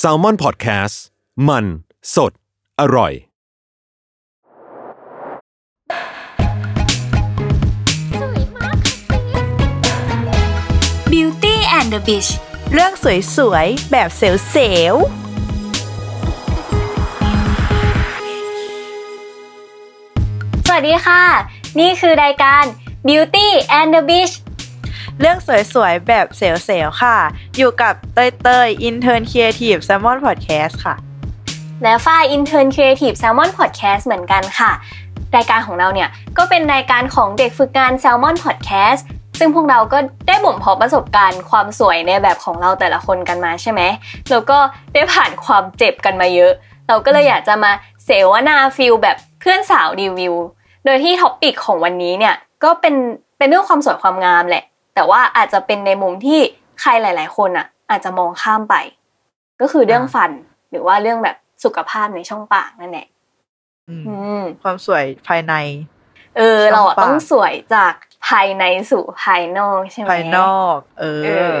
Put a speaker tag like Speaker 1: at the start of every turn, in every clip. Speaker 1: s a l ม o n PODCAST มันสดอร่อย
Speaker 2: Beauty and the Beast
Speaker 3: เรื่องสวยๆ แบบเซลล์
Speaker 2: สวัสดีค่ะ นี่คือรายการ Beauty and the Beast
Speaker 3: ๆเรื่องสวยๆ แบบเซลล์ๆค่ะ อยู่กับเต้ยเต้ยอินเทอร์นครีเอทีฟแซมมอนพอดแคสต์ค่ะ
Speaker 2: และฝ้าย Intern Creative Salmon Podcast เหมือนกันค่ะ รายการของเราเนี่ย ก็เป็นรายการของเด็กฝึกงาน Salmon Podcast ซึ่งพวกเราก็ได้บ่มเพาะประสบการณ์ความสวยในแบบของเราแต่ละคนกันมาใช่ไหมแล้วก็ได้ผ่านความเจ็บกันมาเยอะ เราก็เลยอยากจะมาเสวนาฟิลแบบเพื่อนสาวรีวิว โดยที่ท็อปปิกของวันนี้เนี่ย ก็เป็นเป็นเรื่องความสวยความงามแหละ แต่ว่าอาจจะเป็นในมุมที่ใครหลาย ๆ คนอ่ะ อาจจะมองข้ามไป ก็คือเรื่องฟันหรือว่าเรื่องแบบสุขภาพในช่องปากนั่นแหละ อืม
Speaker 3: ความสวยภายใน
Speaker 2: เออ
Speaker 3: ช่
Speaker 2: เรา
Speaker 3: องปาก
Speaker 2: อะต้องสวยจากภายในสู่ภายนอกใช่ไหม
Speaker 3: ภายนอก เอ
Speaker 2: เอ
Speaker 3: อ
Speaker 2: อ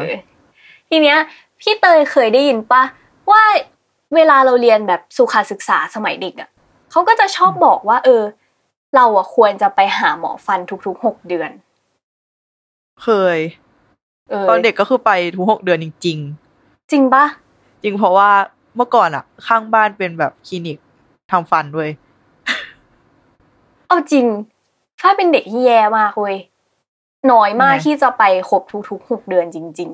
Speaker 2: ทีเนี้ย พี่เตยเคยได้ยินปะว่าเวลาเราเรียนแบบสุขศึกษาสมัยเด็กอะเขาก็จะชอบบอกว่า เออ เราอะควรจะไปหาหมอฟันทุกๆหกเดือน
Speaker 3: เคย
Speaker 2: เออ
Speaker 3: ตอนเด็กก็คือไปทุกหกเดือนจริง
Speaker 2: จริงปะ
Speaker 3: ๆ จริงเพราะว่าเมื่อก่อนอะข้างบ้านเป็นแบบคลินิกทำฟันด้วย
Speaker 2: เอาจริงถ้าเป็นเด็กที่แย่มากเว้ยน้อยมาก
Speaker 3: ทำไม
Speaker 2: ที่จะไปครบทุกๆหกเดือนจริง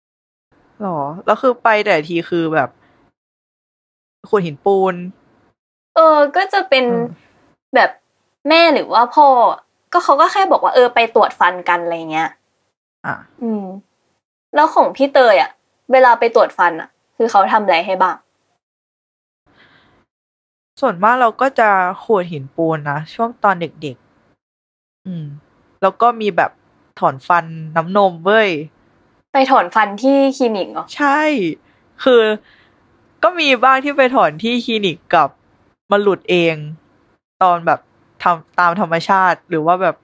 Speaker 2: ๆ
Speaker 3: หรอ แล้วคือไปแต่ทีคือแบบขวดหินปูน
Speaker 2: เออ ก็จะเป็น
Speaker 3: อืม
Speaker 2: แบบแม่หรือว่าพ่อ ก็เขาก็แค่บอกว่าเออไปตรวจฟันกันอะไรเงี้ย
Speaker 3: อ่ะ
Speaker 2: อืม แล้วของพี่เตยอ่ะ เวลาไปตรวจฟันอ่ะ คือเขาทำอะไรให้บ้าง
Speaker 3: ส่วนมากเราก็จะขูดหินปูนนะ ช่วงตอนเด็กๆ อืม แล้วก็มีแบบถอนฟันน้ำนมเว้ย
Speaker 2: ไปถอนฟันที่คลินิกเหรอ
Speaker 3: ใช่ คือก็มีบ้างที่ไปถอนที่คลินิกกับมาหลุดเอง ตอนแบบทำตามธรรมชาติหรือว่าแบบ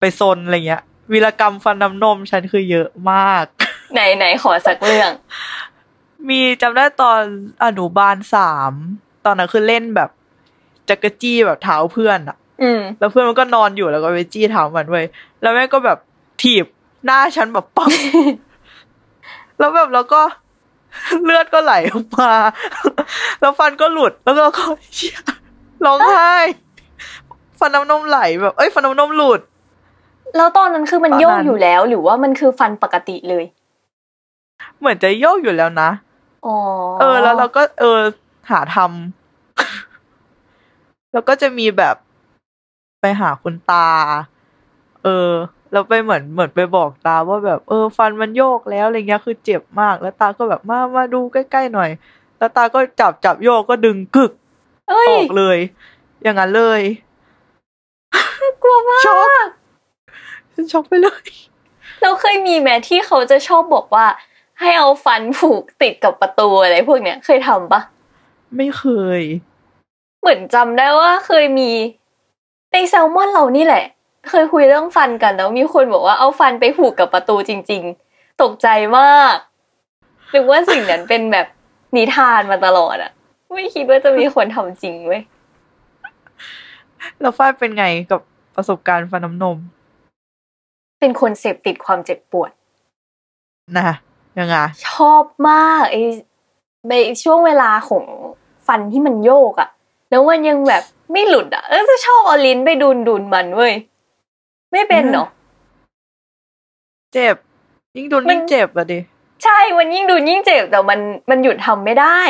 Speaker 3: ไปซนอะไรเงี้ยวีรกรรมฟันน้ำนมฉันคือเยอะมาก
Speaker 2: ไหนไหนขอสักเรื่อง
Speaker 3: มีจำได้ตอนอนุบาลสามตอนนั้นคือเล่นแบบจักรจี้แบบเท้าเพื่อนอะ
Speaker 2: อืม
Speaker 3: แล้วเพื่อนมันก็นอนอยู่แล้วก็ไปจี้เท้ามันเว้ยแล้วแม่ก็แบบถีบหน้าฉันแบบปัง แล้วแบบแล้วก็ เลือดก็ไหลออกมา แล้วฟันก็หลุดแล้วเราก็เชี่ยร้องไห้ ฟันน้ำนมไหลแบบ เอ้ยฟันน้ำนมหลุด
Speaker 2: แล้วตอนนั้นคือมัน
Speaker 3: ตอนนั้น
Speaker 2: โยกอยู่แล้ว หรือว่ามันคือฟันปกติเลย
Speaker 3: เหมือนจะโยกอยู่แล้วนะ
Speaker 2: อ๋อ
Speaker 3: เออ แล้วเราก็ เออ หาทำ แล้วก็จะมีแบบไปหาคุณตา เออ แล้วไปเหมือนเหมือนไปบอกตาว่าแบบ เออ ฟันมันโยกแล้วอะไรเงี้ยคือเจ็บมาก แล้วตาก็แบบมามาดูใกล้ๆหน่อย แล้วตาก็จับจับโยกก็ดึงกึก
Speaker 2: เอ้
Speaker 3: อย อกเลย อย่างนั้นเลย
Speaker 2: กลัวมาก
Speaker 3: ช็อกฉันช็อกไปเลย
Speaker 2: เราเคยมีแม้ที่เขาจะชอบบอกว่า ให้เอาฟันผูกติดกับประตูอะไรพวกเนี้ย เคยทำปะ
Speaker 3: ไม่เคย
Speaker 2: เหมือนจำได้ว่าเคยมีในแซลมอนเรานี่แหละ เคยคุยเรื่องฟันกันแล้วมีคนบอกว่าเอาฟันไปผูกกับประตูจริง ๆ ตกใจมากนึกว่าสิ่งนั้นเป็นแบบนิทานมาตลอดอะไม่คิดว่าจะมีคนทำจริงเว้ย
Speaker 3: แล้วฝ้ายเป็นไงกับประสบการณ์ฟันน้ำนม
Speaker 2: เป็นคนเสพติดความเจ็บปวด
Speaker 3: นะยังไง
Speaker 2: ชอบมากไอ้ในช่วงเวลาของฟันที่มันโยกอะแล้วมันยังแบบไม่หลุดอะเออจะชอบเอาลิ้นไปดุนดุนๆมันเว้ยไม่เป็นเนาะ
Speaker 3: เจ็บ ยิ่งโดน
Speaker 2: มัน
Speaker 3: ยิ่งเจ็บอะดิ
Speaker 2: ใช่ มันยิ่งดูยิ่งเจ็บ แต่มันมันหยุดทำไม่ได้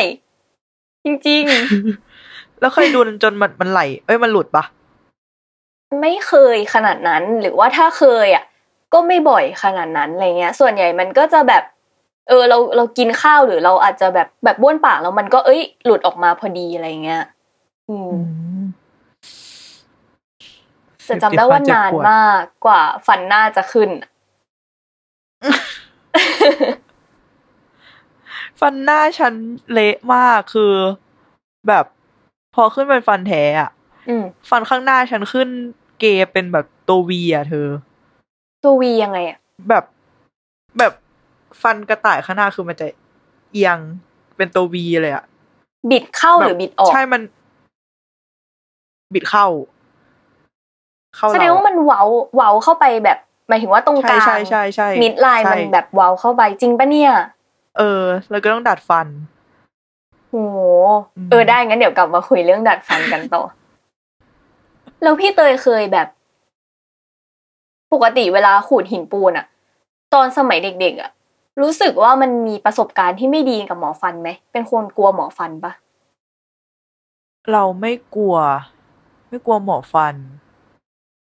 Speaker 2: จริง
Speaker 3: แล้วเคยดูจนมันมันไหล เอ้ยมันหลุดปะ
Speaker 2: ๆ ไม่เคยขนาดนั้น หรือว่าถ้าเคยอ่ะ ก็ไม่บ่อยขนาดนั้นอะไรเงี้ย ส่วนใหญ่มันก็จะแบบ เออ เราเรากินข้าวหรือเราอาจจะแบบแบบบ้วนปากแล้วมันก็เอ้ย หลุดออกมาพอดีอะไรเงี้ย อืมจะจำได้ว่านานมากกว่าฟันหน้าจะขึ้น
Speaker 3: ฟันหน้าฉันเละมากคือแบบพอขึ้นเป็นฟันแท้อะ
Speaker 2: อืม
Speaker 3: ฟันข้างหน้าฉันขึ้นเกยเป็นแบบตัววีอะเธอ
Speaker 2: ตัววียังไงอ่ะ
Speaker 3: แบบแบบฟันกระต่ายข้างหน้าคือมันจะ เอียงเป็นตัววีเลยอะ
Speaker 2: บิดเข้าหรือบิดออก
Speaker 3: ใช่มัน บิดเข้า เข้า
Speaker 2: แสดงว่ามันเว้าเว้าเข้าไปแบบหมายถึงว่าตรงก
Speaker 3: ใช่
Speaker 2: ลาง
Speaker 3: ใช่ใช่ใช่
Speaker 2: มิดไลน์
Speaker 3: ใช่
Speaker 2: มันแบบเว้าเข้าไปจริงปะเนี่ย
Speaker 3: เออ แล้วก็ต้องดัดฟัน
Speaker 2: โอ้โห
Speaker 3: อืม
Speaker 2: เออได้งั้นเดี๋ยวกลับมาคุยเรื่องดัดฟันกัน ต่อ แล้วพี่เตยเคยแบบ ปกติเวลาขูดหินปูนอะตอนสมัยเด็ก ๆอะรู้สึกว่ามันมีประสบการณ์ที่ไม่ดีกับหมอฟันไหม เป็นคนกลัวหมอฟันปะ
Speaker 3: เราไม่กลัว ไม่กลัวหมอฟัน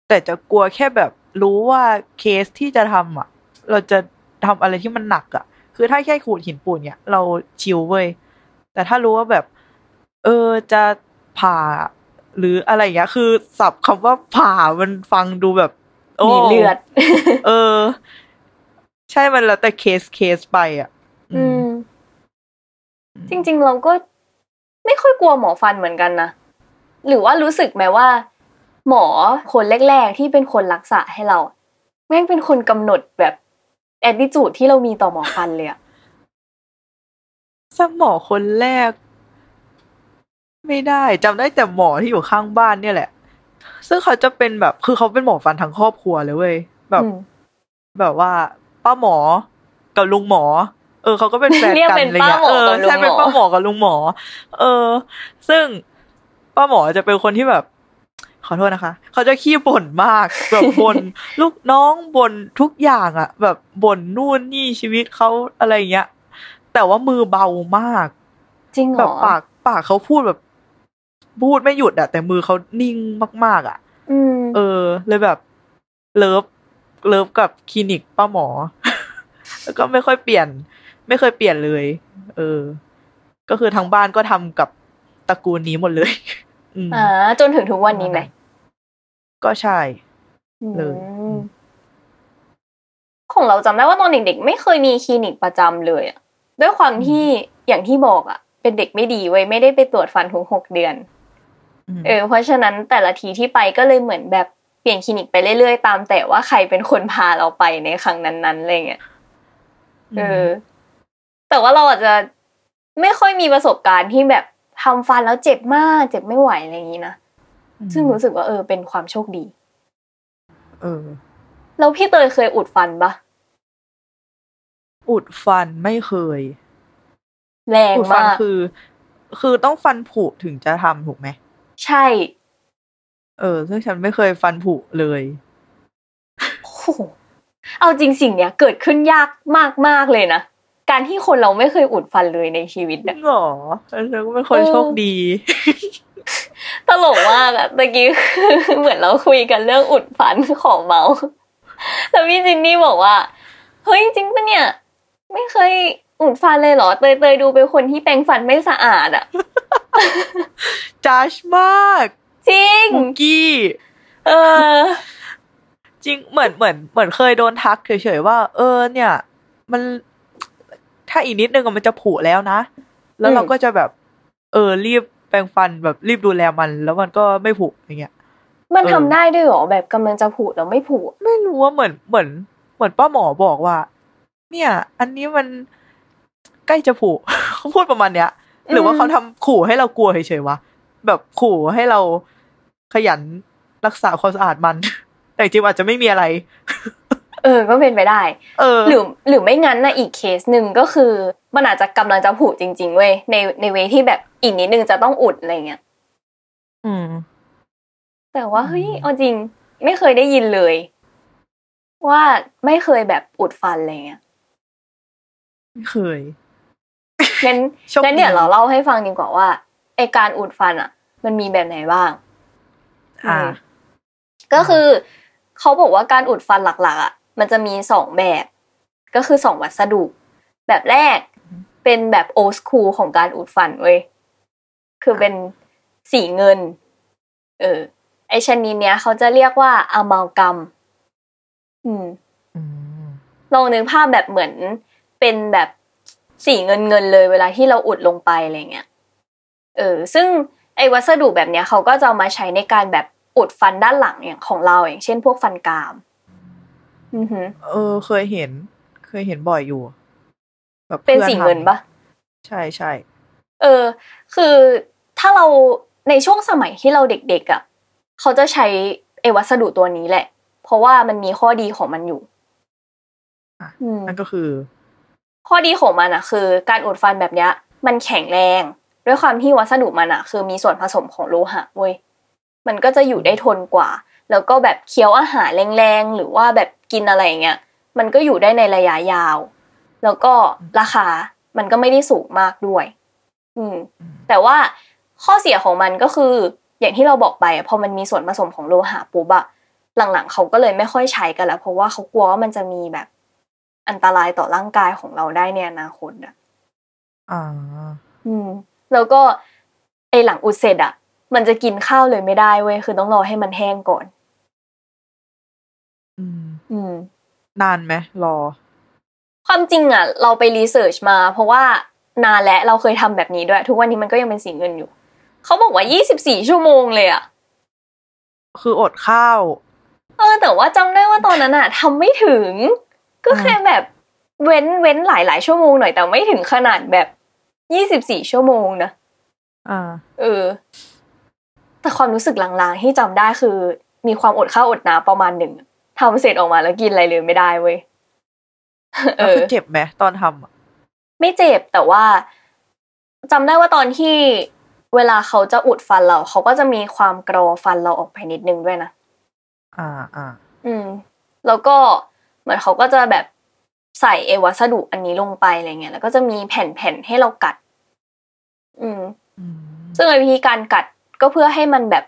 Speaker 3: แต่จะกลัวแค่แบบรู้ว่าเคสที่จะทำอ่ะ เราจะทำอะไรที่มันหนักอ่ะ คือถ้าแค่ขูดหินปูนเนี่ย เราชิลเว้ยแต่ถ้ารู้ว่าแบบ เออจะผ่า หรืออะไรอย่างเงี้ย คือศัพท์คำว่าผ่ามันฟังดูแบบโ
Speaker 2: มีเลือด
Speaker 3: เออ ใช่มันแล้วแต่เคสเคสไปอ่ะ
Speaker 2: อืม จริง ๆ เราก็ไม่ค่อยกลัวหมอฟันเหมือนกันนะหรือว่ารู้สึกไหมว่า หมอคนแรกๆที่เป็นคนรักษาให้เราอะแม่งเป็นคนกำหนดแบบแอดดิจูดที่เรามีต่อหมอฟันเลยอะ
Speaker 3: สมอคนแรก ไม่ได้จำได้แต่หมอที่อยู่ข้างบ้านเนี่ยแหละ ซึ่งเขาจะเป็นแบบคือเขาเป็นหมอฟันทั้งครอบครัวเลยเว้ยแบบ
Speaker 2: อืม
Speaker 3: แบบว่า ป้าหมอกับลุงหมอ เออเขาก็เป็นแฟน
Speaker 2: เรียก
Speaker 3: กัน
Speaker 2: เป็น
Speaker 3: อะไรเงี้ย
Speaker 2: ป้าหมอ
Speaker 3: เออ
Speaker 2: กับลุงหมอ
Speaker 3: ใช่เป็นป้าหมอกับลุงหมอ เออ ซึ่งป้าหมอจะเป็นคนที่แบบ ขอโทษนะคะ เขาจะขี้บ่นมากแบบ บ่น ลูกน้องบ่นทุกอย่างอะแบบบ่นนู่นนี่ชีวิตเขาอะไรอย่างเงี้ย แต่ว่ามือเบามาก
Speaker 2: จริงเห
Speaker 3: แบ
Speaker 2: ร
Speaker 3: บ
Speaker 2: อ
Speaker 3: ปากปากเขาพูดแบบพูดไม่หยุดอะแต่มือเขานิ่งมาก ๆอะ
Speaker 2: อืม
Speaker 3: เออ เลยแบบเลิฟเลิฟกับคลินิกป้าหมอ แล้วก็ไม่ค่อยเปลี่ยน ไม่เคยเปลี่ยนเลย เออ ก็คือทางบ้านก็ทำกับตระกูลนี้หมดเลย อืม
Speaker 2: อ่าจนถึงทุกวันนี้ไหม
Speaker 3: ก็ใช่ เลย
Speaker 2: อืมของเราจำได้ว่าตอนเด็กๆไม่เคยมีคลินิกประจำเลยอะด้วยความที่อย่างที่บอกอะเป็นเด็กไม่ดีเว้ยไม่ได้ไปตรวจฟันทุกหกเดือน
Speaker 3: ม
Speaker 2: เออเพราะฉะนั้นแต่ละทีที่ไปก็เลยเหมือนแบบเปลี่ยนคลินิกไปเรื่อยๆ ตามแต่ว่าใครเป็นคนพาเราไปในครั้งนั้นๆอะไรเงี้ยเออ แต่ว่าเราอาจจะไม่ค่อยมีประสบการณ์ที่แบบทำฟันแล้วเจ็บมาก เจ็บไม่ไหวอะไรอย่างนี้นะ
Speaker 3: ม
Speaker 2: ซึ่งรู้สึกว่าเออเป็นความโชคดี
Speaker 3: เออ
Speaker 2: แล้วพี่เตยเคยอุดฟันปะ
Speaker 3: อุดฟันไม่เคย
Speaker 2: แรง
Speaker 3: อุดฟัน
Speaker 2: มาก
Speaker 3: คือ คือต้องฟันผุถึงจะทำถูกไหม
Speaker 2: ใช่
Speaker 3: เออ ซึ่งฉันไม่เคยฟันผุเลย
Speaker 2: โอ้โหเอาจริงสิ่งเนี้ยเกิดขึ้นยากมากๆเลยนะการที่คนเราไม่เคยอุดฟันเลยในชีวิต
Speaker 3: จ
Speaker 2: อะ
Speaker 3: ริงเหรอฉันก็เป็นคน
Speaker 2: เออ
Speaker 3: โชคดี
Speaker 2: ตลกมากอะตะกี้ คือเหมือนเราคุยกันเรื่องอุดฟันของเมาส์ แล้วพี่จินนี่บอกว่า เฮ้ยจริงปะเนี่ย ไม่เคยอุดฟันเลยเหรอ เตยเตยดูเป็นคนที่แปรงฟันไม่สะอาดอะ
Speaker 3: จัชมาก
Speaker 2: จริง
Speaker 3: บุกกี้
Speaker 2: เออ
Speaker 3: จริง เหมือนเหมือนเหมือนเคยโดนทักเฉยๆว่า เออ เนี่ย มัน ถ้าอีกนิดนึงอะมันจะผุแล้วนะ แล้วเรา
Speaker 2: อืม
Speaker 3: ก็จะแบบ เออ รีบแปรงฟันแบบรีบดูแลมัน แล้วมันก็ไม่ผุอย่างเงี้ย
Speaker 2: มัน
Speaker 3: เออ
Speaker 2: ทำได้ด้วยเหรอแบบกำลังจะผุแล้วไม่ผุ
Speaker 3: ไม่รู้ว่าเหมือนเหมือน เหมือนป้าหมอบอกว่า เนี่ย อันนี้มันใก ล้จะผุ เขาพูดประมาณเนี้ย หรือว่าเขาทำขู่ให้เรากลัวเฉยๆวะแบบขู่ให้เราขยันรักษาความสะอาดมัน แต่จริงๆอาจจะไม่มีอะไร
Speaker 2: เออก็เป็นไปได้
Speaker 3: เออ
Speaker 2: หรือหรือไม่งั้นนะอีกเคสหนึ่งก็คือ มันอาจจะกำลังจะผุจริง ๆ เว้ยในในเวที่แบบอีกนิดนึงจะต้องอุดอะไรเงี้ย
Speaker 3: อืม
Speaker 2: แต่ว่าเฮ้ย
Speaker 3: อืม
Speaker 2: เอาจริง ไม่เคยได้ยินเลย ว่าไม่เคยแบบอุดฟันอะไรเงี้ย
Speaker 3: ไม่เคย
Speaker 2: งั้น
Speaker 3: โชคดี
Speaker 2: งั้นเดี๋ยวเราเล่าให้ฟังดีกว่าว่าไอการอุดฟันอ่ะ มันมีแบบไหนบ้าง
Speaker 3: อ่า
Speaker 2: อืม ก็คือเขาบอกว่าการอุดฟันหลักๆอ่ะมันจะมีสองแบบ ก็คือสองวัสดุ แบบแรกเป็นแบบโอสคูลของการอุดฟันเว้ยคือเป็นสีเงิน เออ ไอชนิดเนี้ยเขาจะเรียกว่าอะมัลกัมอืม
Speaker 3: อืม
Speaker 2: ลองนึกภาพแบบเหมือนเป็นแบบสีเงินเงินๆเลยเวลาที่เราอุดลงไปอะไรเงี้ย เออ ซึ่งไอ้วัสดุแบบเนี้ยเขาก็จะเอามาใช้ในการแบบอุดฟันด้านหลังอย่างของเราอย่างเช่นพวกฟันกราม อือหือ
Speaker 3: เออ เคยเห็น เคยเห็นบ่อยอยู่ แบบ
Speaker 2: เป็น
Speaker 3: พื่อ
Speaker 2: สีเงิน
Speaker 3: ทำ
Speaker 2: ปะ
Speaker 3: ใช่ใช่
Speaker 2: เออ คือถ้าเราในช่วงสมัยที่เราเด็กๆอะ่ะเขาจะใช้ไอวัสดุตัวนี้แหละ เพราะว่ามันมีข้อดีของมันอยู่
Speaker 3: อ่ะ
Speaker 2: อืม
Speaker 3: นั่นก็คือ
Speaker 2: ข้อดีของมันอะคือการอุดฟันแบบเนี้ยมันแข็งแรง ด้วยความที่วัสดุมันอะคือมีส่วนผสมของโลหะเว้ยมันก็จะอยู่ได้ทนกว่า แล้วก็แบบเคี้ยวอาหารแรงๆ หรือว่าแบบกินอะไรอย่างเงี้ยมันก็อยู่ได้ในระยะยาว แล้วก็ราคามันก็ไม่ได้สูงมากด้วย อืม แต่ว่าข้อเสียของมันก็คืออย่างที่เราบอกไปอะพอมันมีส่วนผสมของโลหะปุ๊บอะหลังๆเขาก็เลยไม่ค่อยใช้กันแล้ว เพราะว่าเขากลัวว่ามันจะมีแบบอันตรายต่อร่างกายของเราได้ในอนาคตอะ
Speaker 3: อ่า
Speaker 2: อืมแล้วก็ไอหลังอุดเสร็จอะมันจะกินข้าวเลยไม่ได้เว้ยคือต้องรอให้มันแห้งก่อน
Speaker 3: อืม
Speaker 2: อืม
Speaker 3: นานไหมรอ
Speaker 2: ความจริงอะเราไปรีเสิร์ชมา เพราะว่านานแล้วเราเคยทำแบบนี้ด้วย ทุกวันนี้มันก็ยังเป็นสีเงินอยู่ เขาบอกว่า 24 ชั่วโมงเลยอะ
Speaker 3: คืออดข้าว
Speaker 2: เออ แต่ว่าจำได้ว่าตอนนั้นอะทำไม่ถึง ก็แค่แบบเว้นเว้นหลายหลายๆชั่วโมงหน่อยแต่ไม่ถึงขนาดแบบ 24 ชั่วโมงนะ
Speaker 3: อ่า
Speaker 2: เออ แต่ความรู้สึกลางๆที่จำได้คือ มีความอดข้าวอดน้ำประมาณหนึ่งทำเสร็จออกมาแล้วกินอะไรเลยไม่ได้เว้ย เอ
Speaker 3: แล้ว
Speaker 2: อ
Speaker 3: คือเจ็บไหมตอนทำอะ
Speaker 2: ไม่เจ็บแต่ว่าจำได้ว่าตอนที่เวลาเขาจะอุดฟันเรา เขาก็จะมีความกรอฟันเราออกไปนิดนึงด้วยนะ
Speaker 3: อ่าอ่า
Speaker 2: อืม แล้วก็เหมือนเขาก็จะแบบใส่ไอวัสดุอันนี้ลงไปอะไรเงี้ยแล้วก็จะมีแผ่นๆให้เรากัด อืม
Speaker 3: อืม
Speaker 2: ซึ่งไอ้วิธีการกัดก็เพื่อให้มันแบบ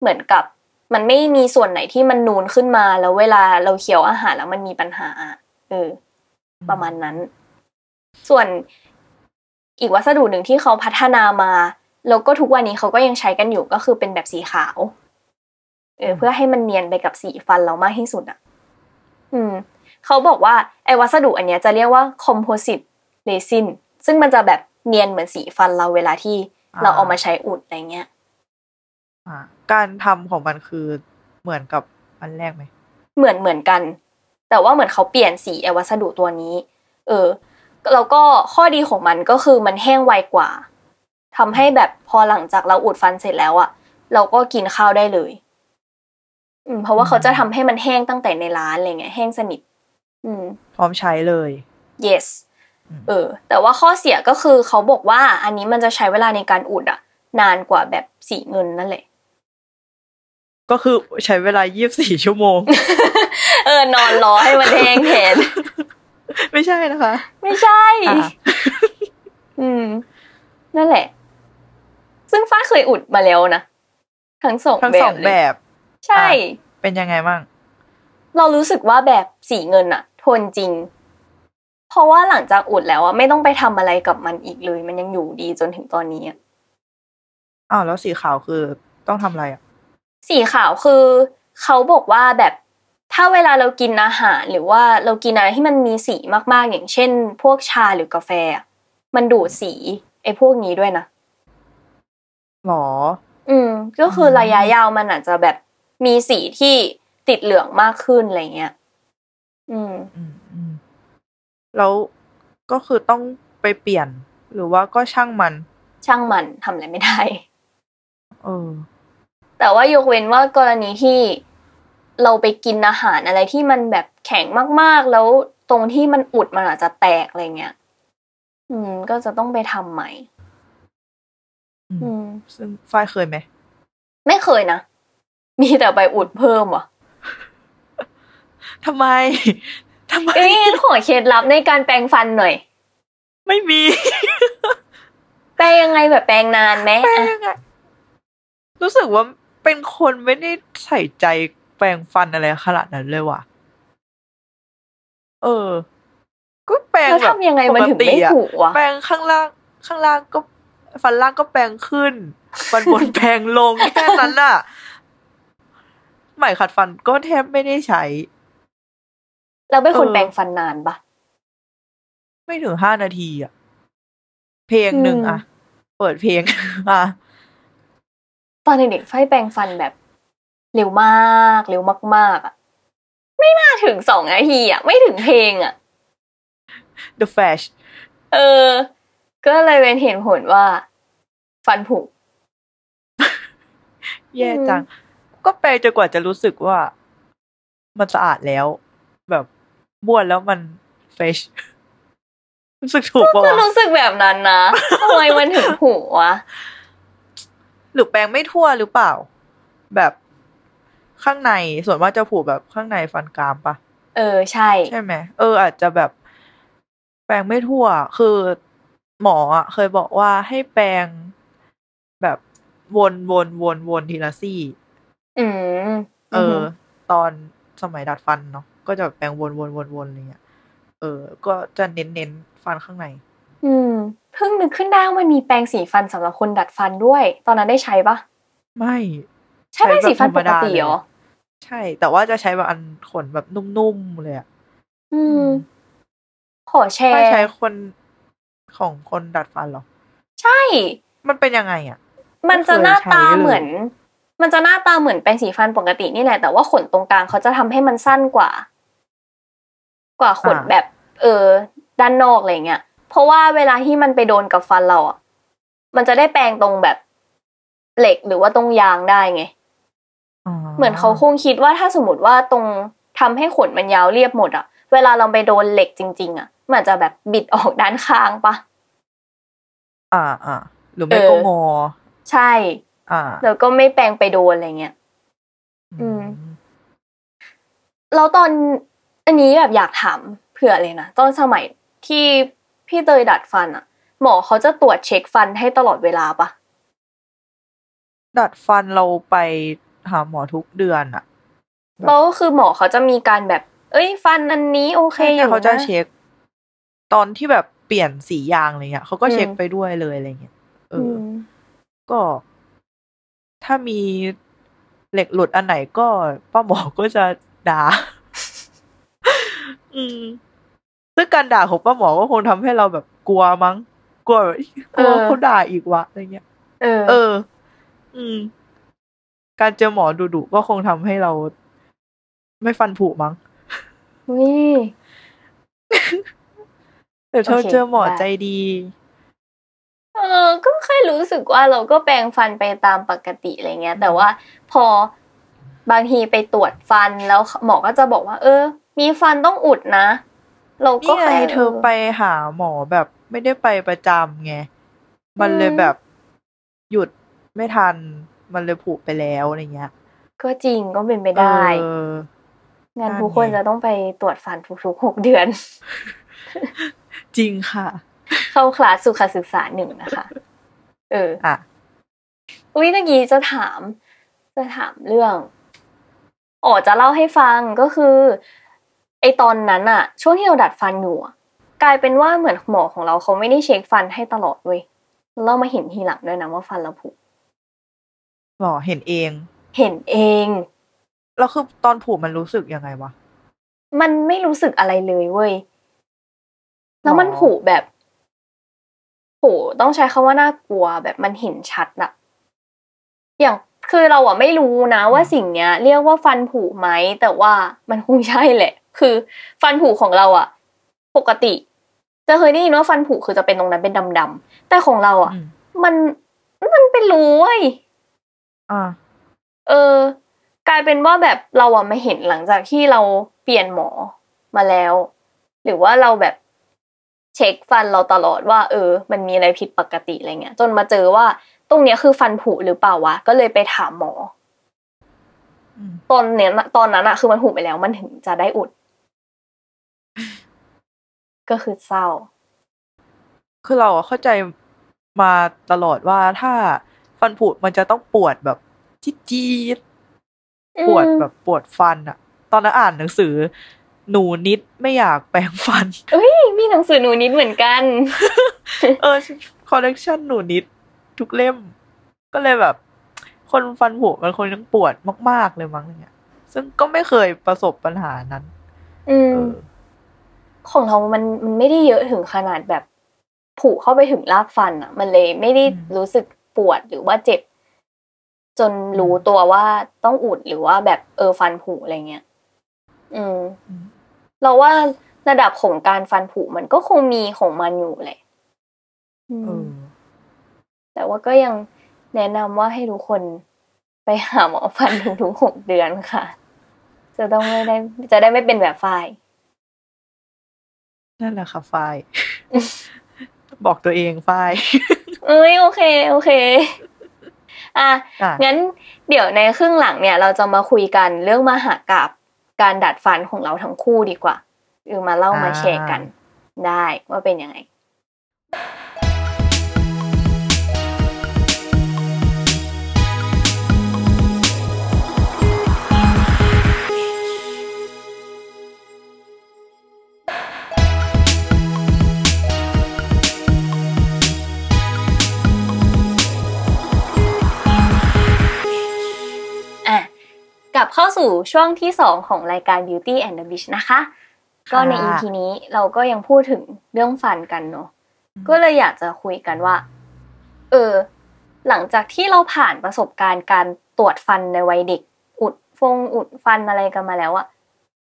Speaker 2: เหมือนกับ มันไม่มีส่วนไหนที่มันนูนขึ้นมาแล้วเวลาเราเคี้ยวอาหารแล้วมันมีปัญหาอะเออ ประมาณนั้น ส่วนอีกวัสดุหนึ่งที่เขาพัฒนามา แล้วก็ทุกวันนี้เขาก็ยังใช้กันอยู่ก็คือเป็นแบบสีขาว เออ เพื่อให้มันเนียนไปกับสีฟันเรามากที่สุดอ่ะ อืม เขาบอกว่าไอ้วัสดุอันเนี้ยจะเรียกว่าคอมโพสิตเรซินซึ่งมันจะแบบเนียนเหมือนสีฟันเราเวลาที่เราเอามาใช้อุดอะไรเงี้ย
Speaker 3: อ่า การทำของมันคือเหมือนกับอันแรกไหม
Speaker 2: เหมือนเหมือนกัน แต่ว่าเหมือนเขาเปลี่ยนสีไอวัสดุตัวนี้ เออ แล้วก็ข้อดีของมันก็คือมันแห้งไวกว่าทำให้แบบพอหลังจากเราอุดฟันเสร็จแล้วอะเราก็กินข้าวได้เลย อืม เพราะว่าเขาจะทำให้มันแห้งตั้งแต่ในร้านอะไรเงี้ยแห้งสนิท อืม
Speaker 3: พร้อมใช้เลย
Speaker 2: yes
Speaker 3: อืม
Speaker 2: เออ แต่ว่าข้อเสียก็คือเขาบอกว่า อันนี้มันจะใช้เวลาในการอุดอะนานกว่าแบบสีเงินนั่นแหละ
Speaker 3: ก็คือใช้เวลา 24 ชั่วโม ง
Speaker 2: เออนอนรอให้มันแห้งแทน
Speaker 3: ไม่ใช่นะคะ
Speaker 2: ไม่ใช่
Speaker 3: อ่ะ
Speaker 2: อืม นั่นแหละ ซึ่งฟ้าเคยอุดมาแล้วนะ ทั้งสอง
Speaker 3: ทั้ง
Speaker 2: แบบ
Speaker 3: สอง
Speaker 2: เลย
Speaker 3: แบบ
Speaker 2: ใช่
Speaker 3: อ่ะ เป็นยังไงบ้าง
Speaker 2: เรารู้สึกว่าแบบสีเงินอะทนจริง เพราะว่าหลังจากอุดแล้วอะไม่ต้องไปทำอะไรกับมันอีกเลย มันยังอยู่ดีจนถึงตอนนี้อะ
Speaker 3: อ้าวแล้วสีขาวคือต้องทำอะไรอ่ะ
Speaker 2: สีขาวคือเขาบอกว่าแบบถ้าเวลาเรากินอาหารหรือว่าเรากินอะไรที่มันมีสีมากๆ อย่างเช่น พวกชาหรือกาแฟอะมันดูดสีไอ้พวกนี้ด้วยนะ
Speaker 3: หรอ
Speaker 2: อืมก็คือระยะยาวมันอาจจะแบบมีสีที่ติดเหลืองมากขึ้นอะไรเงี้ย อืม
Speaker 3: อืมอืมแล้วก็คือต้องไปเปลี่ยน หรือว่าก็ช่างมัน
Speaker 2: ช่างมันทำอะไรไม่ได้
Speaker 3: เออ
Speaker 2: แต่ว่ายกเว้นว่ากรณีที่เราไปกินอาหารอะไรที่มันแบบแข็งมากๆ แล้วตรงที่มันอุดมันอาจจะแตกอะไรเงี้ย อืม ก็จะต้องไปทำใหม่
Speaker 3: อืม
Speaker 2: อืม
Speaker 3: ซึ่งฝ้ายเคยไหม
Speaker 2: ไม่เคยนะ มีแต่ไปอุดเพิ่มว่ะ
Speaker 3: ทำไม ทำไม
Speaker 2: เอ้ยงั้นขอเคล็ดลับในการแปรงฟันหน่อย
Speaker 3: ไม่มี
Speaker 2: แปรงยังไงแบบแปรงนานไหมอ่ะ
Speaker 3: รู้สึกว่าเป็นคนไม่ได้ใส่ใจแปรงฟันอะไรขนาดนั้นเลยว่ะ เออ ก็แปรง
Speaker 2: แล้ว
Speaker 3: แบบ
Speaker 2: ทำยังไงมันถึง
Speaker 3: ปก
Speaker 2: ไม่
Speaker 3: ติอะ
Speaker 2: ถูกวะ
Speaker 3: แปรงข้างล่าง ข้างล่างก็ฟันล่างก็แปรงขึ้น ฟันบน แปรงลง แค่นั้นน่ะไหมขัดฟันก็แทบไม่ได้ใช้
Speaker 2: เราเป็นคน
Speaker 3: เออ
Speaker 2: แปรงฟันนานปะ
Speaker 3: ไม่ถึงห้านาทีอะเพลงหนึ่ง
Speaker 2: อืม
Speaker 3: อะเปิดเพลง อ่ะ
Speaker 2: ตอนเด็กๆไฟแปรงฟันแบบเร็วมากเร็วมากๆอ่ะ ไม่น่าถึงสองนาทีอ่ะ ไม่ถึงเพลงอ่ะ
Speaker 3: The Flash
Speaker 2: เออ ก็เลยเป็นเหตุผลว่า ฟันผุ
Speaker 3: แย่
Speaker 2: อืม
Speaker 3: จัง ก็ไปจนกว่าจะรู้สึกว่า มันสะอาดแล้ว แบบบ้วนแล้วมันเฟช รู้สึกถูกปะ
Speaker 2: ก็
Speaker 3: วะ
Speaker 2: รู้สึกแบบนั้นนะทำไมมันถึงผุวะ
Speaker 3: หรือแปรงไม่ทั่วหรือเปล่า แบบข้างในส่วนมากจะผูกแบบข้างในฟันกรามปะ
Speaker 2: เออใช่
Speaker 3: ใช่ไหมเอออาจจะแบบแปลงไม่ทั่ว คือหมออะเคยบอกว่าให้แปลงแบบวนวนวนวนทีละซี่
Speaker 2: อืม
Speaker 3: เอออตอนสมัยดัดฟันเนาะก็จะแบบแปลงวนวนวนวนอะไรเงี้ยเออ ก็จะเน้นเน้นฟันข้างใน
Speaker 2: อืมเพิ่งนึกขึ้นได้ว่ามันมีแปรงสีฟันสำหรับคนดัดฟันด้วย ตอนนั้นได้ใช้ปะ
Speaker 3: ไม่
Speaker 2: ใช้แปรงสีฟันปกติเหรอ
Speaker 3: ใช่ แต่ว่าจะใช้แบบอันขนแบบนุ่มๆเลยอะ
Speaker 2: อืม ขอแช
Speaker 3: ถ้า
Speaker 2: ร์
Speaker 3: ใช้คนของคนดัดฟันเหรอ
Speaker 2: ใช่
Speaker 3: มันเป็นยังไงอะ
Speaker 2: มันจะหน้าตา
Speaker 3: ไม่เคยใช้เลย
Speaker 2: เหมือน มันจะหน้าตาเหมือนแปรงสีฟันปกตินี่แหละ แต่ว่าขนตรงกลางเขาจะทำให้มันสั้นกว่า กว่าขนแบบ เออ ด้านนอกอะไรเงี้ย เพราะว่าเวลาที่มันไปโดนกับฟันเราอ่ะ มันจะได้แปรงตรงแบบเหล็กหรือว่าตรงยางได้ไง เหมือนเขาคงคิดว่าถ้าสมมติว่าตรงทำให้ขนมันยาวเรียบหมดอ่ะ เวลาเราไปโดนเหล็กจริง ๆ อ่ะ มันอาจจะแบบบิดออกด้านข้างปะ
Speaker 3: อ่าอ่าหรือไม่
Speaker 2: เออ
Speaker 3: ก็งอ
Speaker 2: ใช่
Speaker 3: อ่า
Speaker 2: แล้วก็ไม่แปรงไปโดนอะไรเงี้ย อืม แล้วตอนอันนี้แบบอยากถามเผื่อเลยนะตอนสมัยที่พี่เตยดัดฟันอะหมอเขาจะตรวจเช็คฟันให้ตลอดเวลาปะ
Speaker 3: ดัดฟันเราไปหาหมอทุกเดือนอ่ะ
Speaker 2: แล้วคือหมอเขาจะมีการแบบ เอ้ย ฟันอันนี้โอเคอยู่
Speaker 3: แต่
Speaker 2: นะ
Speaker 3: เขาจะเช็ค ตอนที่แบบเปลี่ยนสียางอะไรเงี้ยเขาก็เช็ค
Speaker 2: อืม
Speaker 3: ไปด้วยเลยอะไรเงี้ยเอออ
Speaker 2: ม
Speaker 3: ก็ ถ้ามีเหล็กหลุดอันไหนก็ป้าหมอก็จะด่า อืมซึ่งการด่าของป้าหมอก็คงทำให้เราแบบกลัวมั้ง กลัวแบบเอ้ยกลัวเขาด่าอีกวะอะไรเงี้ย
Speaker 2: เออ
Speaker 3: เออ อืม การเจอหมอดุดุๆก็คงทำให้เรา ไม่ฟันผุมั้ง
Speaker 2: วิ
Speaker 3: แต่เธอ
Speaker 2: โอเค
Speaker 3: เจอหมอ
Speaker 2: ได้
Speaker 3: ใจดี
Speaker 2: เออ ก็แค่รู้สึกว่าเราก็แปรงฟันไปตามปกติอะไรเงี้ย แต่ว่าพอบางทีไปตรวจฟันแล้วหมอก็จะบอกว่า เออ มีฟันต้องอุดนะ เราก็
Speaker 3: ก็ไง
Speaker 2: แค่
Speaker 3: เธอไปหาหมอแบบ ไม่ได้ไปประจำไง มันเลย
Speaker 2: อืม
Speaker 3: แบบหยุดไม่ทัน มันเลยผุไปแล้วอะไรเงี้ย
Speaker 2: ก็จริงก็เป็นไปได้
Speaker 3: เออ
Speaker 2: งาน
Speaker 3: นั่น
Speaker 2: ทุกคน
Speaker 3: ไง
Speaker 2: จะต้องไปตรวจฟันทุกๆหกเดือน
Speaker 3: จริงค่ะ
Speaker 2: เข้าคลาสสุขศึกษาหนึ่งนะคะ เออ
Speaker 3: อ่ะ
Speaker 2: อุ้ยตะกี้จะถาม จะถามเรื่องอ๋อจะเล่าให้ฟังก็คือ ไอตอนนั้นอะช่วงที่เราดัดฟันอยู่อะกลายเป็นว่าเหมือนหมอของเราเขาไม่ได้เช็คฟันให้ตลอดเว้ยแล้วเรามาเห็นทีหลังด้วยนะว่าฟันเราผุ
Speaker 3: หมอเห็นเอง
Speaker 2: เห็นเอง
Speaker 3: แล้วคือตอนผุมันรู้สึกยังไงวะ
Speaker 2: มันไม่รู้สึกอะไรเลยเว้ย แล้วมัน
Speaker 3: หรอ
Speaker 2: ผูแบบโหต้องใช้คำว่าน่ากลัวแบบมันเห็นชัดอะอย่างคือเราอะไม่รู้นะว่าสิ่งเนี้ย เรียกว่าฟันผุไหม แต่ว่ามันคงใช่แหละ คือ ฟันผุของเราอะปกติจะเคยได้ยินว่าฟันผุคือจะเป็นตรงนั้นเป็นดำๆแต่ของเราอะ
Speaker 3: อืม
Speaker 2: มันมันเป็นรูเว้ย
Speaker 3: อ่ะ
Speaker 2: เออกลายเป็นว่าแบบเราอะมาเห็นหลังจากที่เราเปลี่ยนหมอมาแล้ว หรือว่าเราแบบเช็คฟันเราตลอดว่า เออ มันมีอะไรผิดปกติอะไรเงี้ย จนมาเจอว่าตรงเนี้ยคือฟันผุหรือเปล่าวะ ก็เลยไปถามหมอ
Speaker 3: อืม
Speaker 2: ตอนเนี้ยตอนนั้นอะคือมันผุไปแล้วมันถึงจะได้อุ ด ก็คือเศร้า
Speaker 3: คือเราอะเข้าใจมาตลอดว่าถ้าฟันผุมันจะต้องปวดแบบจี๊ดๆ ปวดแบบปวดฟันอะตอนนั้นอ่านหนังสือ หนูนิดไม่อยากแปรงฟัน
Speaker 2: อืมมีหนังสือหนูนิดเหมือนกัน
Speaker 3: เออคอลเลกชันหนูนิด ทุกเล่ม ก็เลยแบบ คนฟันผุมันคนยังปวดมาก ๆ เลยมั้งเนี่ยซึ่งก็ไม่เคยประสบปัญหานั้น
Speaker 2: อื
Speaker 3: เอ
Speaker 2: ม
Speaker 3: อ
Speaker 2: ของเรามันมันไม่ได้เยอะถึงขนาดแบบผุเข้าไปถึงรากฟันอ่ะ มันเลยไม่ได้
Speaker 3: อืม
Speaker 2: รู้สึกปวดหรือว่าเจ็บ จนรู้
Speaker 3: อืม
Speaker 2: ตัวว่าต้องอุดหรือว่าแบบเออฟันผุอะไรเงี้ย อืม เราว่าระดับของการฟันผุมันก็คงมีของมันอยู่แหละ อืม
Speaker 3: เออ
Speaker 2: แต่ว่าก็ยังแนะนำว่าให้ทุกคนไปหาหมอฟันทุกๆหกเดือนค่ะ จะต้องไม่ได้จะได้ไม่เป็นแบบฝ้าย
Speaker 3: นั่นแหละค่ะฝ้าย บอกตัวเองฝ้าย
Speaker 2: เอ้ยโอเค โอเค อ่ะ
Speaker 3: อ่ะ
Speaker 2: งั้นเดี๋ยวในครึ่งหลังเนี่ย เราจะมาคุยกันเรื่องมหากาบการดัดฟันของเราทั้งคู่ดีกว่าเออมาเล่ามาแชร์กัน ได้ว่าเป็นยังไง อ่ะกลับเข้าสู่ช่วงที่ 2 ของรายการ Beauty and the Beach นะคะ ก็ใน EP นี้เราก็ยังพูดถึงเรื่องฟันกันเนาะ ก็เลยอยากจะคุยกันว่า เออ หลังจากที่เราผ่านประสบการณ์การตรวจฟันในวัยเด็ก อุดฟงอุดฟันอะไรกันมาแล้วอะ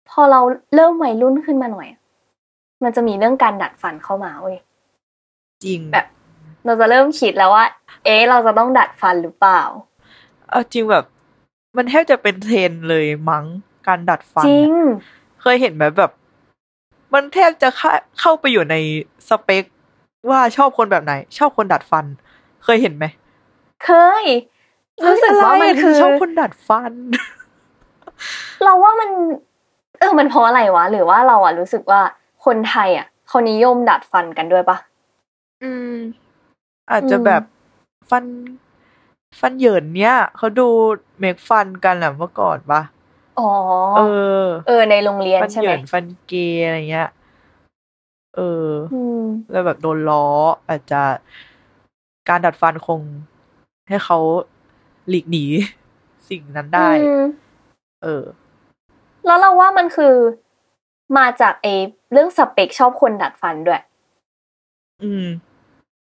Speaker 2: พอเราเริ่มวัยรุ่นขึ้นมาหน่อยอะมันจะมีเรื่องการดัดฟันเข้ามาเว้ย
Speaker 3: จริง
Speaker 2: แบบ เราจะเริ่มคิดแล้วว่า เอ๊ะ เราจะต้องดัดฟันหรือเปล่า
Speaker 3: เอาจริงแบบ มันแทบจะเป็นเทรนด์เลยมั้งการดัดฟัน
Speaker 2: จริง
Speaker 3: อะเคยเห็นไหมแบบ มันแทบจะเข้าเข้าไปอยู่ในสเปค ว่าชอบคนแบบไหน ชอบคนดัดฟัน เคยเห็นไหม
Speaker 2: เคย รู้สึกว่ามัน
Speaker 3: เฮ้ยะไร
Speaker 2: คือ
Speaker 3: ชอบคนดัดฟัน
Speaker 2: เราว่ามัน เออ มันเพราะอะไรวะ หรือว่าเราอ่ะรู้สึกว่าคนไทยอ่ะเขานิยมดัดฟันกันด้วยปะ
Speaker 3: อืม อาจจะแบบฟันฟันเหยินเนี้ยเขาดูเมคฟันกันแหละเมื่อก่อนปะ
Speaker 2: อ๋อ
Speaker 3: เออ
Speaker 2: เออ ในโรงเรียน
Speaker 3: ฟัน
Speaker 2: ใช่
Speaker 3: เห
Speaker 2: ไหม
Speaker 3: ยินฟันเกย์อะไรเงี้ย เออ
Speaker 2: อืม
Speaker 3: แล้วแบบโดนล้อ อาจจะการดัดฟันคง ให้เขาหลีกหนี สิ่งนั้นได้
Speaker 2: อืม
Speaker 3: เออ
Speaker 2: แล้วเราว่ามันคือมาจากไอ้เรื่องสเปคชอบคนดัดฟันด้วย
Speaker 3: อืม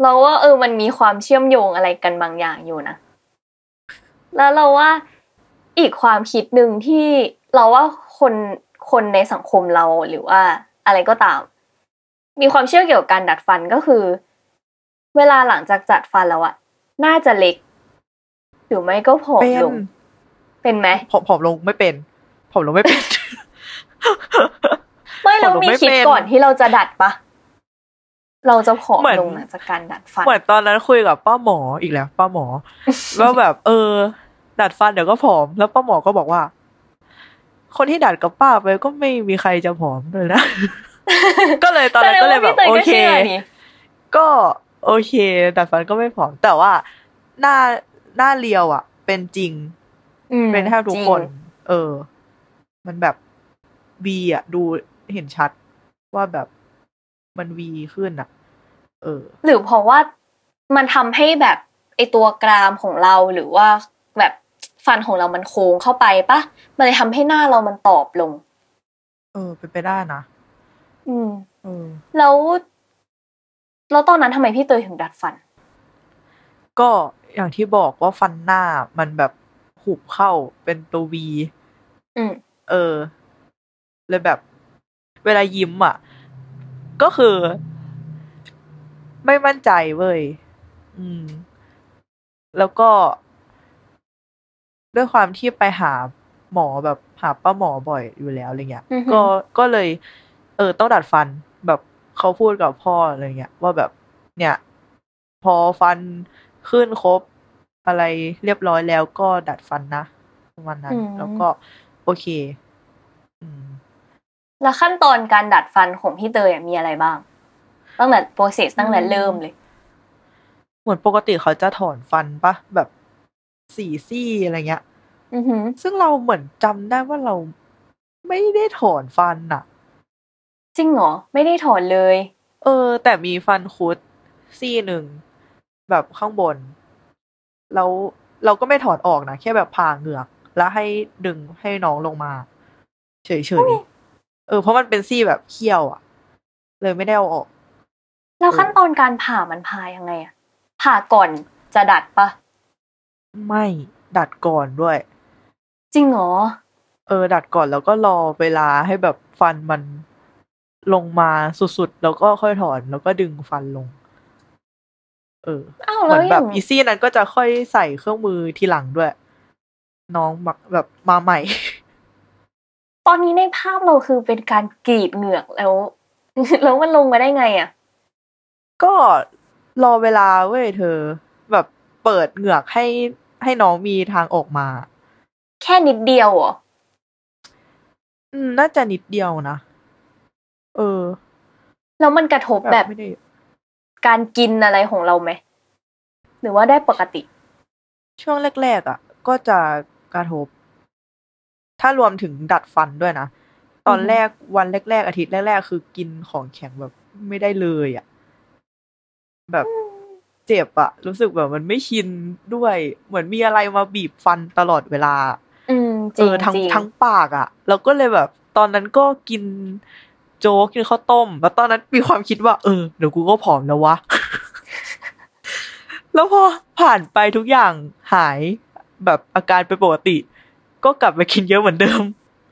Speaker 2: เราว่าเออ มันมีความเชื่อมโยงอะไรกันบางอย่างอยู่นะ แล้วเราว่าอีกความคิดหนึ่งที่เราว่าคนคนในสังคมเราหรือว่าอะไรก็ตาม มีความเชื่อเกี่ยวกับการดัดฟันก็คือ เวลาหลังจากจัดฟันแล้วอะน่าจะเล็ก หรือไม่ก็ผอม
Speaker 3: เป็น
Speaker 2: ลง เป็นไหม
Speaker 3: ผมผมลงไม่เป็น ผมลงไม่เป็น
Speaker 2: ไม่เรา
Speaker 3: ผอมลง
Speaker 2: มี
Speaker 3: ไม่
Speaker 2: คิด
Speaker 3: เป็น
Speaker 2: ก่อนที่เราจะดัดปะเราจะผอม
Speaker 3: เหมือน
Speaker 2: ลงหลังจากการดัดฟัน
Speaker 3: เหมือนตอนนั้นคุยกับป้าหมออีกแล้ว ป้า หมอ ว่าแบบ เออ ดัดฟันเดี๋ยวก็ผอม แล้วป้าหมอก็บอกว่า คนที่ดัดกับป้าไปก็ไม่มีใครจะผอมเลยนะ ก็เลยตอนนั้นก็เลยแบบ
Speaker 2: แสดง
Speaker 3: โอ
Speaker 2: ว่าพี่
Speaker 3: เค
Speaker 2: ตยก็ชื่นี่
Speaker 3: ก็โอเค ดัดฟันก็ไม่ผอม แต่ว่าหน้าหน้าเรียวอ่ะ เป็นจริง
Speaker 2: อืม
Speaker 3: เป็นแทบทุกคน เออ มันแบบวีอ่ะ ดูเห็นชัดว่าแบบมันวีขึ้นอ่ะ เออ
Speaker 2: หรือเพราะว่ามันทำให้แบบไอตัวกรามของเราหรือว่าแบบฟันของเรามันโค้งเข้าไปปะมันเลยทำให้หน้าเรามันตอบลง
Speaker 3: เออ เป็นไปได้นะ
Speaker 2: อืม
Speaker 3: เออ
Speaker 2: แล้วแล้วตอนนั้นทำไมพี่เตยถึงดัดฟัน
Speaker 3: ก็อย่างที่บอกว่าฟันหน้ามันแบบหุบเข้าเป็นตัววี
Speaker 2: อืม
Speaker 3: เออเลยแบบ เวลายิ้มอ่ะ ก็คือ ไม่มั่นใจเว้ยอืม แล้วก็ ด้วยความที่ไปหาหมอแบบหาป้าหมอบ่อยอยู่แล้วอะไรเงี้ย
Speaker 2: อือฮึ
Speaker 3: ก็ก็เลย เออ ต้องดัดฟันแบบเขาพูดกับพ่ออะไรเงี้ย ว่าแบบ เนี่ย พอฟันขึ้นครบอะไรเรียบร้อยแล้วก็ดัดฟันนะประมาณนั้น
Speaker 2: อืม
Speaker 3: แล้วก็ โอเค อืม
Speaker 2: แล้วขั้นตอนการดัดฟันของพี่เตยอะมีอะไรบ้าง ตั้งแต่โปรเซสตั้งแต่เริ่มเลย
Speaker 3: เหมือนปกติเขาจะถอนฟันปะแบบสี่ซี่อะไรเงี้ย
Speaker 2: อือหือ
Speaker 3: ซึ่งเราเหมือนจำได้ว่าเราไม่ได้ถอนฟันอะ
Speaker 2: จริงเหรอ ไม่ได้ถอนเลย
Speaker 3: เออ แต่มีฟันคุดซี่หนึ่ง แบบข้างบน แล้วเราก็ไม่ถอนออกนะแค่แบบผ่าเหงือก แล้วให้ดึงให้น้องลงมา เฉยๆเออเพราะมันเป็นซี่แบบเขี้ยวอะเลยไม่ได้เอาออก
Speaker 2: แล้วขั้นตอนการผ่ามันผ่ายังไงอะผ่าก่อนจะดัดปะ
Speaker 3: ไม่ดัดก่อนด้วย
Speaker 2: จริงเหรอ
Speaker 3: เออ ดัดก่อนแล้วก็รอเวลาให้แบบฟันมันลงมาสุดๆ แล้วก็ค่อยถอน แล้วก็ดึงฟันลง เออ
Speaker 2: อ้าว
Speaker 3: เห
Speaker 2: แล้
Speaker 3: มือ
Speaker 2: วน อ
Speaker 3: แบ
Speaker 2: ย่า
Speaker 3: บ
Speaker 2: ง
Speaker 3: อีซี่นั้นก็จะค่อยใส่เครื่องมือทีหลังด้วย น้องมักแบบมาใหม่
Speaker 2: ตอนนี้ในภาพเราคือเป็นการกรีดเหงือกแล้ว แล้วมันลงมาได้ไงอ่ะ
Speaker 3: ก็รอเวลาเว้ยเธอ แบบเปิดเหงือกให้ให้น้องมีทางออกมา
Speaker 2: แค่นิดเดียวเหรอ
Speaker 3: อืม น่าจะนิดเดียวนะ เออ
Speaker 2: แล้วมันกระทบ
Speaker 3: แบ
Speaker 2: แบบ บ
Speaker 3: ไม่ได้
Speaker 2: การกินอะไรของเราไหมหรือว่าได้ปกติ
Speaker 3: ช่วงแรก ๆ อ่ะ ก็จะกระทบ ถ้ารวมถึงดัดฟันด้วยนะ ตอน
Speaker 2: อือฮึ
Speaker 3: แรกวันแรก ๆ อาทิตย์แรก ๆ คือกินของแข็งแบบไม่ได้เลยอ่ะ แบบเจ็บอ่ะ รู้สึกแบบมันไม่ชินด้วย เหมือนมีอะไรมาบีบฟันตลอดเวลา
Speaker 2: อืมจ
Speaker 3: เอ
Speaker 2: ริง
Speaker 3: อทั้ง
Speaker 2: จริง
Speaker 3: ทั้งปากอะ่ะ แล้วก็เลยแบบ ตอนนั้นก็กินโจ๊กกินข้าวต้ม แล้วตอนนั้นมีความคิดว่า เออเดี๋ยวกูก็ผอมแล้ววะ แล้วพอผ่านไปทุกอย่างหายแบบอาการเป็นปกติ ก็กลับมากินเยอะเหมือนเดิม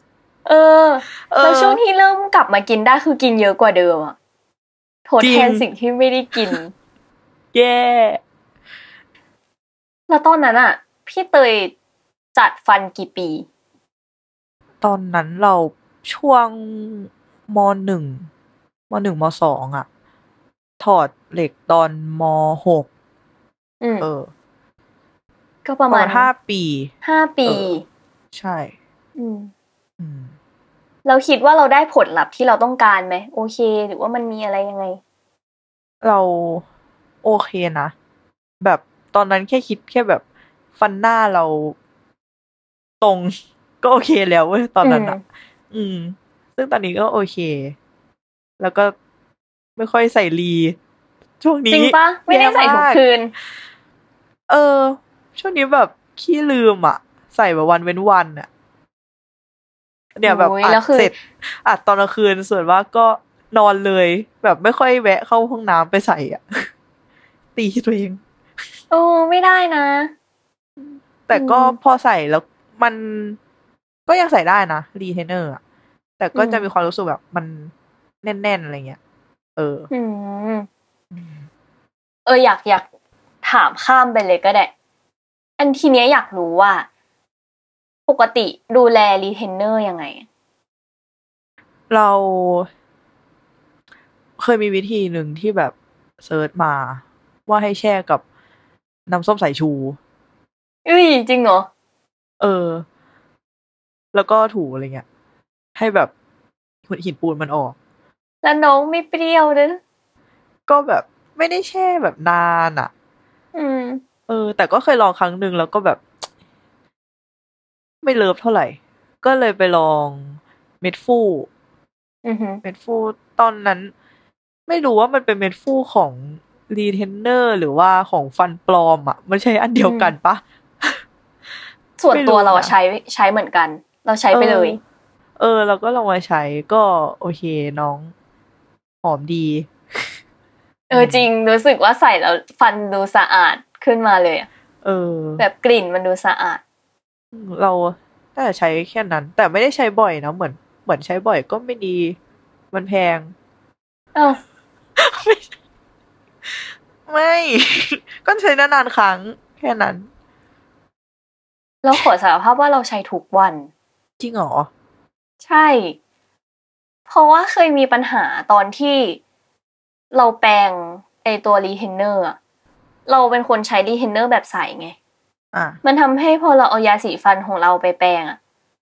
Speaker 2: เออ
Speaker 3: เออ
Speaker 2: แล้วช่วงที่เริ่มกลับมากินได้คือกินเยอะกว่าเดิมอะทดแทน
Speaker 3: จริง
Speaker 2: สิ่งที่ไม่ได้กิน
Speaker 3: แย่
Speaker 2: แล้วตอนนั้นอะพี่เตยจัดฟันกี่ปี
Speaker 3: ตอนนั้นเราช่วงมหนึ่งมหนึ่งมสองอ่ะ ถอดเหล็กตอนมหก
Speaker 2: อืม
Speaker 3: เออ
Speaker 2: ก็ประมาณ
Speaker 3: ห้าปี
Speaker 2: ห้าปี
Speaker 3: เออ ใช่
Speaker 2: อืม
Speaker 3: อืม
Speaker 2: เราคิดว่าเราได้ผลลัพธ์ที่เราต้องการไหมโอเค หรือว่ามันมีอะไรยังไง
Speaker 3: เราโอเคนะ แบบตอนนั้นแค่คิดแค่แบบฟันหน้าเราตรง ก็โอเคแล้วเว้ยตอนนั้นอะอืม ซึ่งตอนนี้ก็โอเค แล้วก็ไม่ค่อยใส่รี ช่วงนี้
Speaker 2: จริงปะไม่ได้ใส่ทุก
Speaker 3: แย่าก
Speaker 2: คืน
Speaker 3: เออ ช่วงนี้แบบขี้ลืมอะใส่แบบวันเว้นวันอะเนี่ยแบบ
Speaker 2: โอ้ย
Speaker 3: อั
Speaker 2: แล้
Speaker 3: ด
Speaker 2: วคือ
Speaker 3: เสร็จอัดตอนกลางคืนส่วนว่ากก็นอนเลย แบบไม่ค่อยแวะเข้าห้องน้ำไปใส่อะ ตีตัวเอง
Speaker 2: โอ้ไม่ได้นะ
Speaker 3: แต่ก็
Speaker 2: อืม
Speaker 3: พอใส่แล้วมันก็ยังใส่ได้นะรีเทนเนอร์อะแต่ก็
Speaker 2: อืม
Speaker 3: จะมีความรู้สึกแบบมันแน่นๆอะไรเงี้ย เออ
Speaker 2: อืม เอออยากอยากถามข้ามไปเลยก็ได้ อันทีเนี้ยอยากรู้ว่า ปกติดูแลรีเทนเนอร์ยังไง
Speaker 3: เราเคยมีวิธีหนึ่งที่แบบเซิร์ชมา ว่าให้แช่กับน้ำส้มสายชู
Speaker 2: เอ้ยจริงเหรอ
Speaker 3: เออ แล้วก็ถูอะไรเงี้ย ให้แบบหินปูนมันออก
Speaker 2: แล้วน้องไม่เปรี้ยวเลย
Speaker 3: ก็แบบไม่ได้แช่แบบนานอ่ะ
Speaker 2: อืม
Speaker 3: เออ แต่ก็เคยลองครั้งหนึ่งแล้วก็แบบ ไม่เลิฟเท่าไหร่ ก็เลยไปลองเม็ดฟู
Speaker 2: อือหือ
Speaker 3: เม็ดฟูตอนนั้น ไม่รู้ว่ามันเป็นเม็ดฟูของรีเทนเนอร์หรือว่าของฟันปลอมอ่ะ มันใช้อันเดียวกันปะ
Speaker 2: ส่วนตัว
Speaker 3: ไม่รู้นะ
Speaker 2: เราอะใช้ใช้เหมือนกัน เราใช้ไปเลย
Speaker 3: เออ เราก็ลองมาใช้ก็โอเคน้องหอมดี
Speaker 2: เออจริงรู้สึกว่าใส่แล้วฟันดูสะอาดขึ้นมาเลยอะ
Speaker 3: เออ
Speaker 2: แบบกลิ่นมันดูสะอาด
Speaker 3: เราน่าจะใช้แค่นั้น แต่ไม่ได้ใช้บ่อยนะเหมือนเหมือนใช้บ่อยก็ไม่ดี มันแพง
Speaker 2: เอ้า
Speaker 3: ไม่ ก็ใช้นานๆครั้ง แค่นั้น
Speaker 2: เราขอสารภาพว่าเราใช้ทุกวัน
Speaker 3: จริงเหรอ
Speaker 2: ใช่ เพราะว่าเคยมีปัญหาตอนที่เราแปรงไอตัวรีเทนเนอร์อะเราเป็นคนใช้รีเทนเนอร์แบบใสไง
Speaker 3: อ่ะ
Speaker 2: มันทำให้พอเราเอายาสีฟันของเราไปแปรงอะ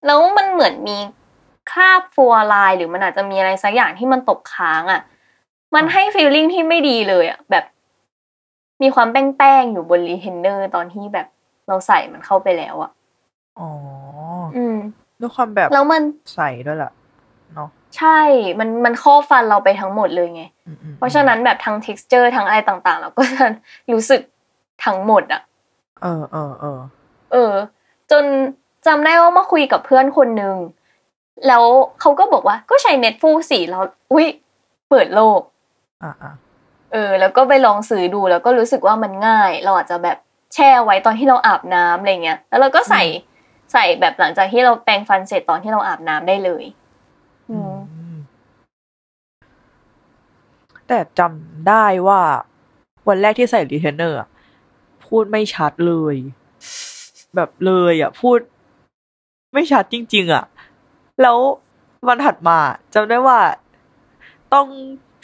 Speaker 2: แล้วมันเหมือนมีคราบฟลูออไรด์หรือมันอาจจะมีอะไรสักอย่างที่มันตกค้างอะมันให้ฟีลลิ่งที่ไม่ดีเลยอะแบบ มีความแป้งๆอยู่บนรีเทนเนอร์ตอนที่แบบเราใส่มันเข้าไปแล้วอะ
Speaker 3: อ๋อ
Speaker 2: อืม
Speaker 3: ด้วยความแบบ
Speaker 2: แล้วมัน
Speaker 3: ใส่ด้วยล่ะ เนาะ
Speaker 2: ใช่ มัน มันครอบฟันเราไปทั้งหมดเลยไง
Speaker 3: อืมๆๆ
Speaker 2: เพราะฉะนั้นแบบทั้ง texture ทั้งอะไรต่างๆ เราก็จะรู้สึกทั้งหมดอะ
Speaker 3: เออเออเออ
Speaker 2: เออ จนจำได้ว่ามาคุยกับเพื่อนคนหนึ่งแล้วเขาก็บอกว่าก็ใช้เม็ดฟูสีแล้วอุ้ยเปิดโลก
Speaker 3: อ่ะอ่ะ
Speaker 2: เออ แล้วก็ไปลองซื้อดูแล้วก็รู้สึกว่ามันง่าย เราอาจจะแบบแช่ไว้ตอนที่เราอาบน้ำอะไรเงี้ยแล้วเราก็ใส่ใส่แบบหลังจากที่เราแปรงฟันเสร็จตอนที่เราอาบน้ำได้เลย อืม
Speaker 3: อืมแต่จำได้ว่า วันแรกที่ใส่รีเทนเนอร์อะพูดไม่ชัดเลย แบบเลยอ่ะ พูด ไม่ชัดจริง ๆ อ่ะ แล้ววันถัดมาจำได้ว่าต้อง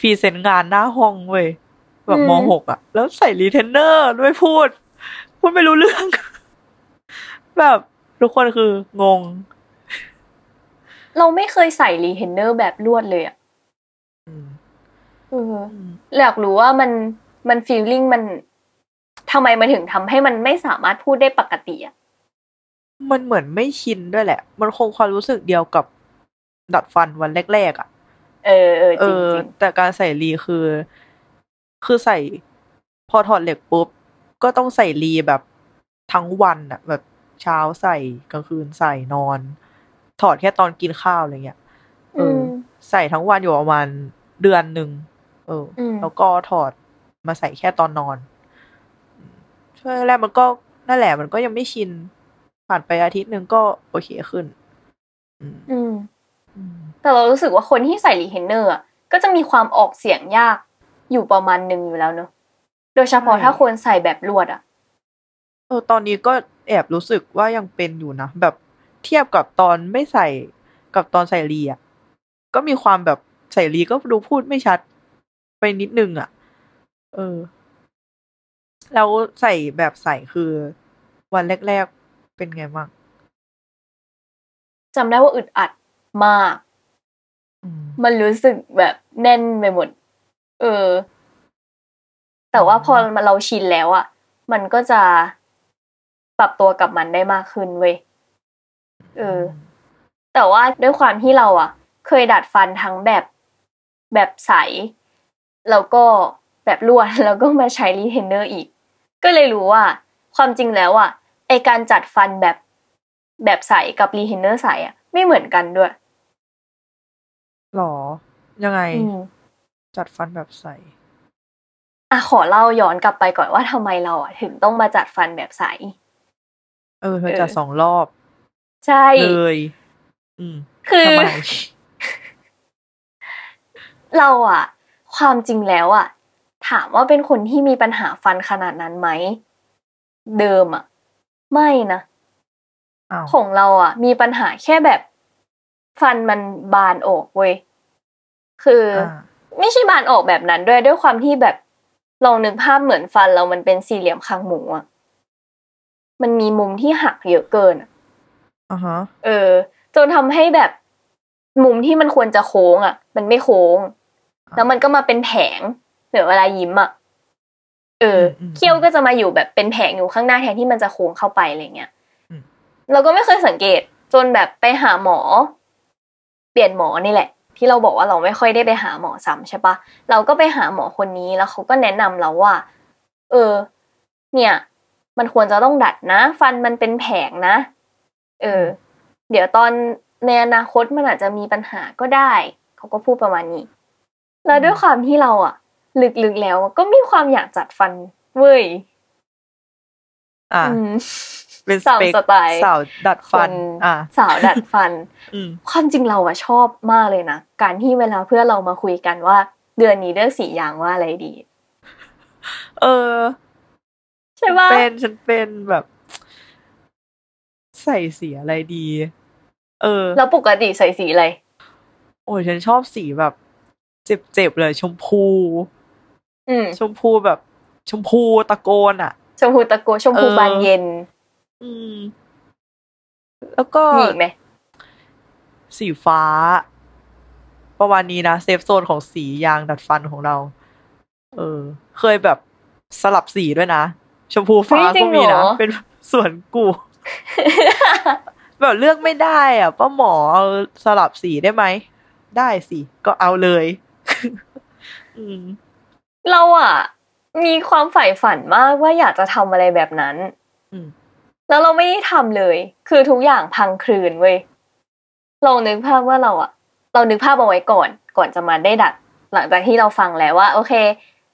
Speaker 3: พรีเซนต์งานหน้าห้องเว้ยแบบ
Speaker 2: อืม
Speaker 3: มหกอ่ะ แล้วใส่รีเทนเนอร์ด้วยพูด พูดไม่รู้เรื่อง แบบทุกคนคืองง
Speaker 2: เราไม่เคยใส่รีเทนเนอร์แบบลวดเลยอะ
Speaker 3: อืม
Speaker 2: เอออยากรู้ว่ามันมันฟีลลิ่งมันทำไมมันถึงทำให้มันไม่สามารถพูดได้ปกติอะ
Speaker 3: มันเหมือนไม่ชินด้วยแหละ มันคงความรู้สึกเดียวกับดัดฟันวันแรกๆอ่ะ
Speaker 2: เออเออจ
Speaker 3: เอ
Speaker 2: ริง
Speaker 3: อ
Speaker 2: จริง
Speaker 3: แต่การใส่รีคือ คือใส่พอถอดเหล็กปุ๊บ ก็ต้องใส่รีแบบทั้งวันอะแบบเช้าใส่กลางคืนใส่นอน ถอดแค่ตอนกินข้าวอะไรเงี้ย เอออื
Speaker 2: อืม
Speaker 3: ใส่ทั้งวันอยู่ประมาณเดือนหนึ่งเอออ
Speaker 2: ม
Speaker 3: แล้วก็ถอดมาใส่แค่ตอนนอนอืมช่วงแรกมันก็นั่นแหละ มันก็ยังไม่ชิน ผ่านไปอาทิตย์หนึ่งก็โอเคขึ้น อืม
Speaker 2: อืม
Speaker 3: อืม
Speaker 2: แต่เรารู้สึกว่าคนที่ใส่รีเทนเนอร์อะก็จะมีความออกเสียงยากอยู่ประมาณหนึ่งอยู่แล้วเนอะโดยเฉพาะ
Speaker 3: ใช่
Speaker 2: ถ้าคนใส่แบบลวดอะ
Speaker 3: เออตอนนี้ก็แอบรู้สึกว่ายังเป็นอยู่นะ แบบเทียบกับตอนไม่ใส่กับตอนใส่รีอ่ะก็มีความแบบใส่รีก็ดูพูดไม่ชัดไปนิดนึงอ่ะ เออ แล้วใส่แบบใส่คือวันแรกๆเป็นไงบ้าง
Speaker 2: จำได้ว่าอึดอัดมาก
Speaker 3: อืม
Speaker 2: มันรู้สึกแบบแน่นไปหมด เออ แต่ว่าพอมาเราชินแล้วอะมันก็จะปรับตัวกับมันได้มากขึ้นเว้ย เออ แต่ว่าด้วยความที่เราอะเคยดัดฟันทั้งแบบแบบใส แล้วก็แบบลวด แล้วก็มาใช้รีเทนเนอร์อีก ก็เลยรู้ว่า ความจริงแล้วอะไอการจัดฟันแบบแบบใสกับรีเทนเนอร์ใสอะไม่เหมือนกันด้วย
Speaker 3: หรอ ยังไง
Speaker 2: อืม
Speaker 3: จัดฟันแบบใส่
Speaker 2: อ่ะขอเล่าย้อนกลับไปก่อนว่าทำไมเราอ่ะถึงต้องมาจัดฟันแบบใส
Speaker 3: เออเธอ
Speaker 2: เออ
Speaker 3: จัดสองรอบ
Speaker 2: ใช่
Speaker 3: เลย อืม
Speaker 2: คือ
Speaker 3: ทำไม
Speaker 2: เราอ่ะ ความจริงแล้วอ่ะ ถามว่าเป็นคนที่มีปัญหาฟันขนาดนั้นไหม เดิมอ่ะ ไม่นะ
Speaker 3: อ้าว
Speaker 2: ของเราอ่ะ มีปัญหาแค่แบบฟันมันบานออกเว้ยคืออ
Speaker 3: อ่า
Speaker 2: ไม่ใช่บานออกแบบนั้นด้วยด้วยความที่แบบลองนึกภาพเหมือนฟันเรามันเป็นสี่เหลี่ยมคางหมูอ่ะมันมีมุมที่หักเยอะเกินอะ
Speaker 3: อ่าฮะ
Speaker 2: เออจนทำให้แบบมุมที่มันควรจะโค้งอ่ะ มันไม่โค้ง
Speaker 3: อ่า
Speaker 2: แล้วมันก็มาเป็นแผงเหนือเวลายิ้มอ่ะเอออ
Speaker 3: มอืม
Speaker 2: เขี้ยวก็จะมาอยู่แบบเป็นแผงอยู่ข้างหน้าแทนที่มันจะโค้งเข้าไปอะไรเงี้ย
Speaker 3: อืม
Speaker 2: เราก็ไม่เคยสังเกต จนแบบไปหาหมอ เปลี่ยนหมอนี่แหละ ที่เราบอกว่าเราไม่ค่อยได้ไปหาหมอซ้ำใช่ปะเราก็ไปหาหมอคนนี้แล้วเขาก็แนะนำเราว่า เออ เนี่ย มันควรจะต้องดัดนะ ฟันมันเป็นแผงนะ เออ เดี๋ยวตอนในอนาคตมันอาจจะมีปัญหาก็ได้ เขาก็พูดประมาณนี้ แล้วด้วยความที่เราอะลึกๆแล้วอะก็มีความอยากจัดฟันเว้ย
Speaker 3: อ่า
Speaker 2: อืม
Speaker 3: เป็น
Speaker 2: สาว
Speaker 3: เปค
Speaker 2: สไตล์
Speaker 3: สาวดัดฟั
Speaker 2: ค
Speaker 3: น
Speaker 2: น
Speaker 3: อ่า
Speaker 2: สาวดัดฟัน
Speaker 3: อืม
Speaker 2: ความจริงเราอะชอบมากเลยนะ การที่เวลาเพื่อนเรามาคุยกันว่า เดือนนี้เลือกสียางว่าอะไรดี
Speaker 3: เออ
Speaker 2: ใช่ปะ
Speaker 3: เป็นฉันเป็นแบบ ใส่สีอะไรดี เออ
Speaker 2: แล้วปกติใส่สีอะไร
Speaker 3: โอ้ยฉันชอบสีแบบ เจ็บๆเลย ชมพู
Speaker 2: อืม
Speaker 3: ชมพูแบบ ชมพูตะโกนอ่ะ
Speaker 2: ชมพูตะโกชมพู
Speaker 3: เออ
Speaker 2: บานเย็น
Speaker 3: อืม แล้วก็
Speaker 2: มีอีกไหม
Speaker 3: สีฟ้า ประมาณนี้นะเซฟโซนของสียางดัดฟันของเรา เออ เคยแบบสลับสีด้วยนะ ชมพูฟ้าก็มีนะเป็น ส่วนกู แบบเลือกไม่ได้อ่ะป้าหมอเอาสลับสีได้ไหม ได้สิ ก็เอาเลย อืม
Speaker 2: เราอะมีความใฝ่ฝันมากว่าอยากจะทำอะไรแบบนั้น
Speaker 3: อืม
Speaker 2: แล้วเราไม่ได้ทำเลย คือทุกอย่างพังคลืนเว้ยเรานึกภาพว่าเราอะเรานึกภาพเอาไว้ก่อน ก่อนจะมาได้ดัด หลังจากที่เราฟังแล้วว่า โอเค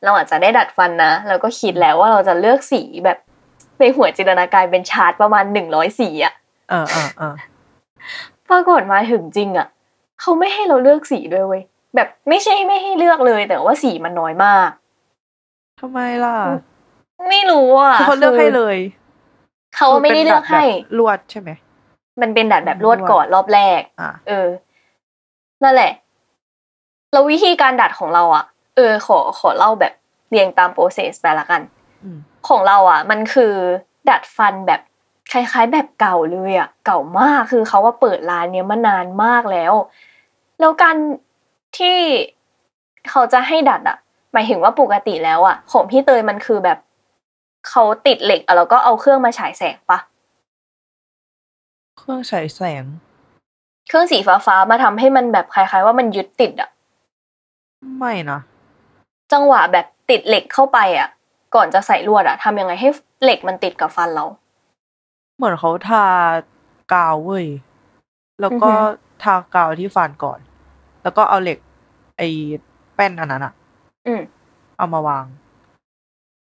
Speaker 2: เราอาจจะได้ดัดฟันนะเราก็คิดแล้วว่าเราจะเลือกสีแบบในหัวจินตนาการเป็นชาร์ตประมาณหนึ่งร้อยสีอะ
Speaker 3: เออเออเออ
Speaker 2: ปรากฏมาถึงจริงอะเขาไม่ให้เราเลือกสีด้วยเว้ยแบบไม่ใช่ไม่ให้เลือกเลย แต่ว่าสีมันน้อยมาก
Speaker 3: ท ทำไมล่ะ
Speaker 2: ไม่รู้อ่ะ
Speaker 3: คือเขาเลือกให้เลย
Speaker 2: เขาไม่ได้เลือกให้
Speaker 3: ป็นแบบแบบลวดใช่ไหม
Speaker 2: มันเป็นดัดแบบลวด
Speaker 3: ลวด
Speaker 2: ก่อนรอบแรก
Speaker 3: อ่า
Speaker 2: เออ นั่นแหละ แล้ววิธีการดัดของเราอะเออ ขอขอเล่าแบบเรียงตามโปรเซสไปละกัน
Speaker 3: อืม
Speaker 2: ของเราอะมันคือ ดัดฟันแบบคล้ายๆ แบบเก่าเลยอะเก่ามากคือเขาว่าเปิดร้านเนี้ยมานานมากแล้ว แล้วการที่เขาจะให้ดัดอะหมายถึงว่าปกติแล้วอะของพี่เตยมันคือแบบเขาติดเหล็กอะแล้วก็เอาเครื่องมาฉายแสงปะ
Speaker 3: เครื่องฉายแสง
Speaker 2: เครื่องสีฟ้าฟ้าๆมาทำให้มันแบบคล้าย ๆ ว่ามันยึดติดอะ
Speaker 3: ไม่นะ
Speaker 2: จังหวะแบบติดเหล็กเข้าไปอ่ะ ก่อนจะใส่ลวดอ่ะทำยังไงให้เหล็กมันติดกับฟันเรา
Speaker 3: เหมือนเขาทากาวเว้ย แล้วก็
Speaker 2: อือหือ
Speaker 3: ทากาวที่ฟันก่อน แล้วก็เอาเหล็ก ไอ้แป้นอันนั้นอะ
Speaker 2: อืม
Speaker 3: เอามาวาง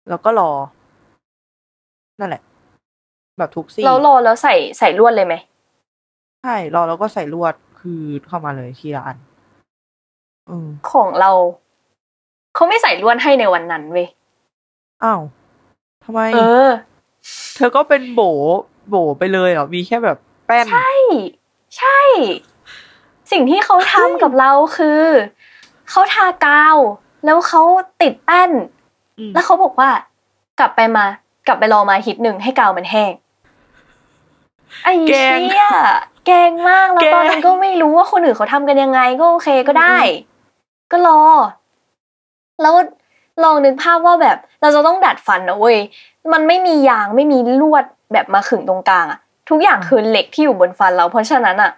Speaker 3: แล้วก็รอ นั่นแหละ แบบทุกซี่
Speaker 2: เรารอแล้วใส่ใส่ลวดเลยไหม
Speaker 3: ใช่รอแล้วก็ใส่ลวดคือเข้ามาเลยทีละอันอืม
Speaker 2: ของเราเขาไม่ใส่ลวดให้ในวันนั้นเว้ย
Speaker 3: อ้าวทำไม
Speaker 2: เออ
Speaker 3: เธอก็เป็นโบโบไปเลยเหรอ มีแค่แบบแป้น
Speaker 2: ใช่ ใช่ สิ่งที่เขาทำกับเราคือเขาทากาว แล้วเขาติดแป้น
Speaker 3: อืม
Speaker 2: แล้วเขาบอกว่ากลับไปมา กลับไปรอมาอาทิตย์หนึ่งให้กาวมันแห้งไอ้เชี่ยแกงมากแล้ว
Speaker 3: แกง
Speaker 2: ตอนนั้นก็ไม่รู้ว่าคนอื่นเขาทำกันยังไงก็โอเคก็ได้ ก็รอ แล้วลองนึกภาพว่าแบบ เราจะต้องดัดฟันนะเว้ยมันไม่มียางไม่มีลวดแบบมาขึงตรงกลางอะทุกอย่างคือเหล็กที่อยู่บนฟันเรา เพราะฉะนั้นอะ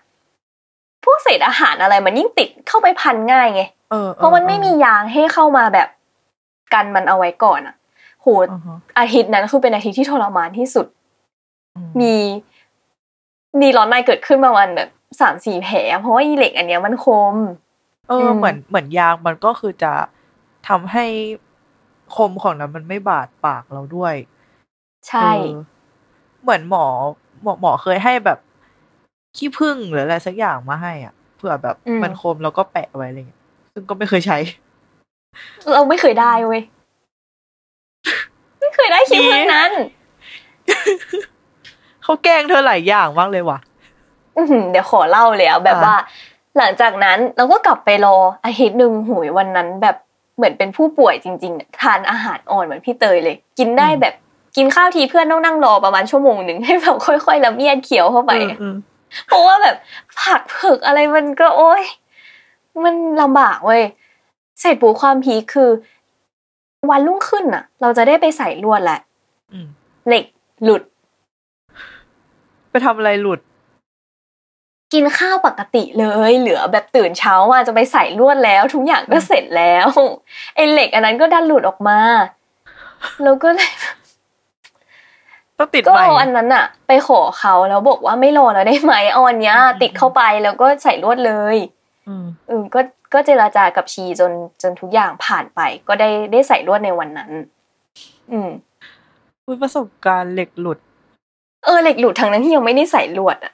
Speaker 2: พวกเศษอาหารอะไรมันยิ่งติดเข้าไปพันง่ายไง
Speaker 3: ออออ
Speaker 2: เพราะมันไม่มียางให้เข้ามาแบบกันมันเอาไว้ก่อนอะโห
Speaker 3: อ่าฮะ
Speaker 2: อาทิตย์นั้นคือเป็นอาทิตย์ที่ทรมานที่สุด
Speaker 3: อืม
Speaker 2: มีมีร้อนในเกิดขึ้นประมาณแบบสามสี่แผลอะเพราะว่าอีเหล็กอันเนี้ยมันคม
Speaker 3: เออ
Speaker 2: อืม
Speaker 3: เหมือนเหมือนยางมันก็คือจะทำให้คมของน้ำมันไม่บาดปากเราด้วย
Speaker 2: ใช่
Speaker 3: เออเหมือนหมอหมอหมอเคยให้แบบขี้ผึ้งหรืออะไรสักอย่างมาให้อ่ะเผื่อแบบมันคมแล้วก็แปะไว้อะไรเงี้ยซึ่งก็ไม่เคยใช้
Speaker 2: เราไม่เคยได้เว้ยไม่เคยได้คิดเรื่องนั้น
Speaker 3: เขาแกล้งเธอหลายอย่างมากเลยว่ะ
Speaker 2: อื้อหือเดี๋ยวขอเล่าเลยอะแบบ
Speaker 3: อ่ะ
Speaker 2: ว่า หลังจากนั้นเราก็กลับไปรออาทิตย์หนึ่งหุยวันนั้นแบบเหมือนเป็นผู้ป่วยจริงๆ ทานอาหารอ่อนเหมือนพี่เตยเลย กินได้แบบกินข้าวทีเพื่อนต้องนั่งรอประมาณชั่วโมงหนึ่ง ให้แบบค่อยๆละเมียดเขียวเข้าไป
Speaker 3: เออเออ
Speaker 2: เพราะว่าแบบผักเผือกอะไรมันก็โอ๊ย มันลำบากเว้ยเสร็จปูความพีคคือ วันรุ่งขึ้นน่ะ เราจะได้ไปใส่ลวดแหละ
Speaker 3: อืม
Speaker 2: เหล็กหลุด
Speaker 3: ไปทำอะไรหลุด
Speaker 2: กินข้าวปกติเลย เหลือแบบตื่นเช้ามาจะไปใส่ลวดแล้ว ทุกอย่างก็เสร็จแล้วไอ้เหล็กอันนั้นก็ดันหลุดออกมา แล้วก็ เลย
Speaker 3: ต้องติด
Speaker 2: ก็
Speaker 3: ใหม่
Speaker 2: เอาอันนั้นอะไปขอเขาแล้วบอกว่าไม่รอแล้วได้ไหมเอาอันเนี้ยติดเข้าไปแล้วก็ใส่ลวดเลย
Speaker 3: อืม
Speaker 2: เออก็ก็เจราจากับชีจนจนทุกอย่างผ่านไป ก็ได้ได้ใส่ลวดในวันนั้น อืม
Speaker 3: อุ๊ยประสบการณ์เหล็กหลุด
Speaker 2: เออเหล็กหลุดทางนั้นที่ยังไม่ได้ใส่ลวดอะ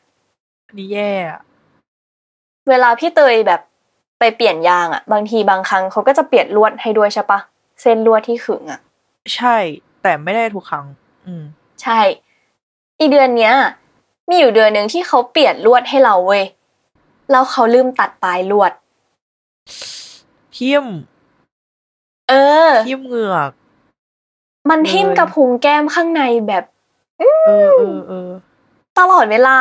Speaker 3: อันนี่แย่อะ
Speaker 2: เวลาพี่เตยแบบไปเปลี่ยนยางอะบางทีบางครั้งเขาก็จะเปลี่ยนลวดให้ด้วยใช่ปะเส้นลวดที่ขึงอะ
Speaker 3: ใช่ แต่ไม่ได้ทุกครั้ง อืม
Speaker 2: ใช่ อีเดือนเนี้ย มีอยู่เดือนหนึ่งที่เขาเปลี่ยนลวดให้เราเว้ยแล้วเขาลืมตัดปลายลวด
Speaker 3: ทิ่ม
Speaker 2: เออ
Speaker 3: ทิ่มเหงือก
Speaker 2: มันทิ่มกับพุงแก้มข้างในแบบ
Speaker 3: เออเออเออ
Speaker 2: ตลอดเวลา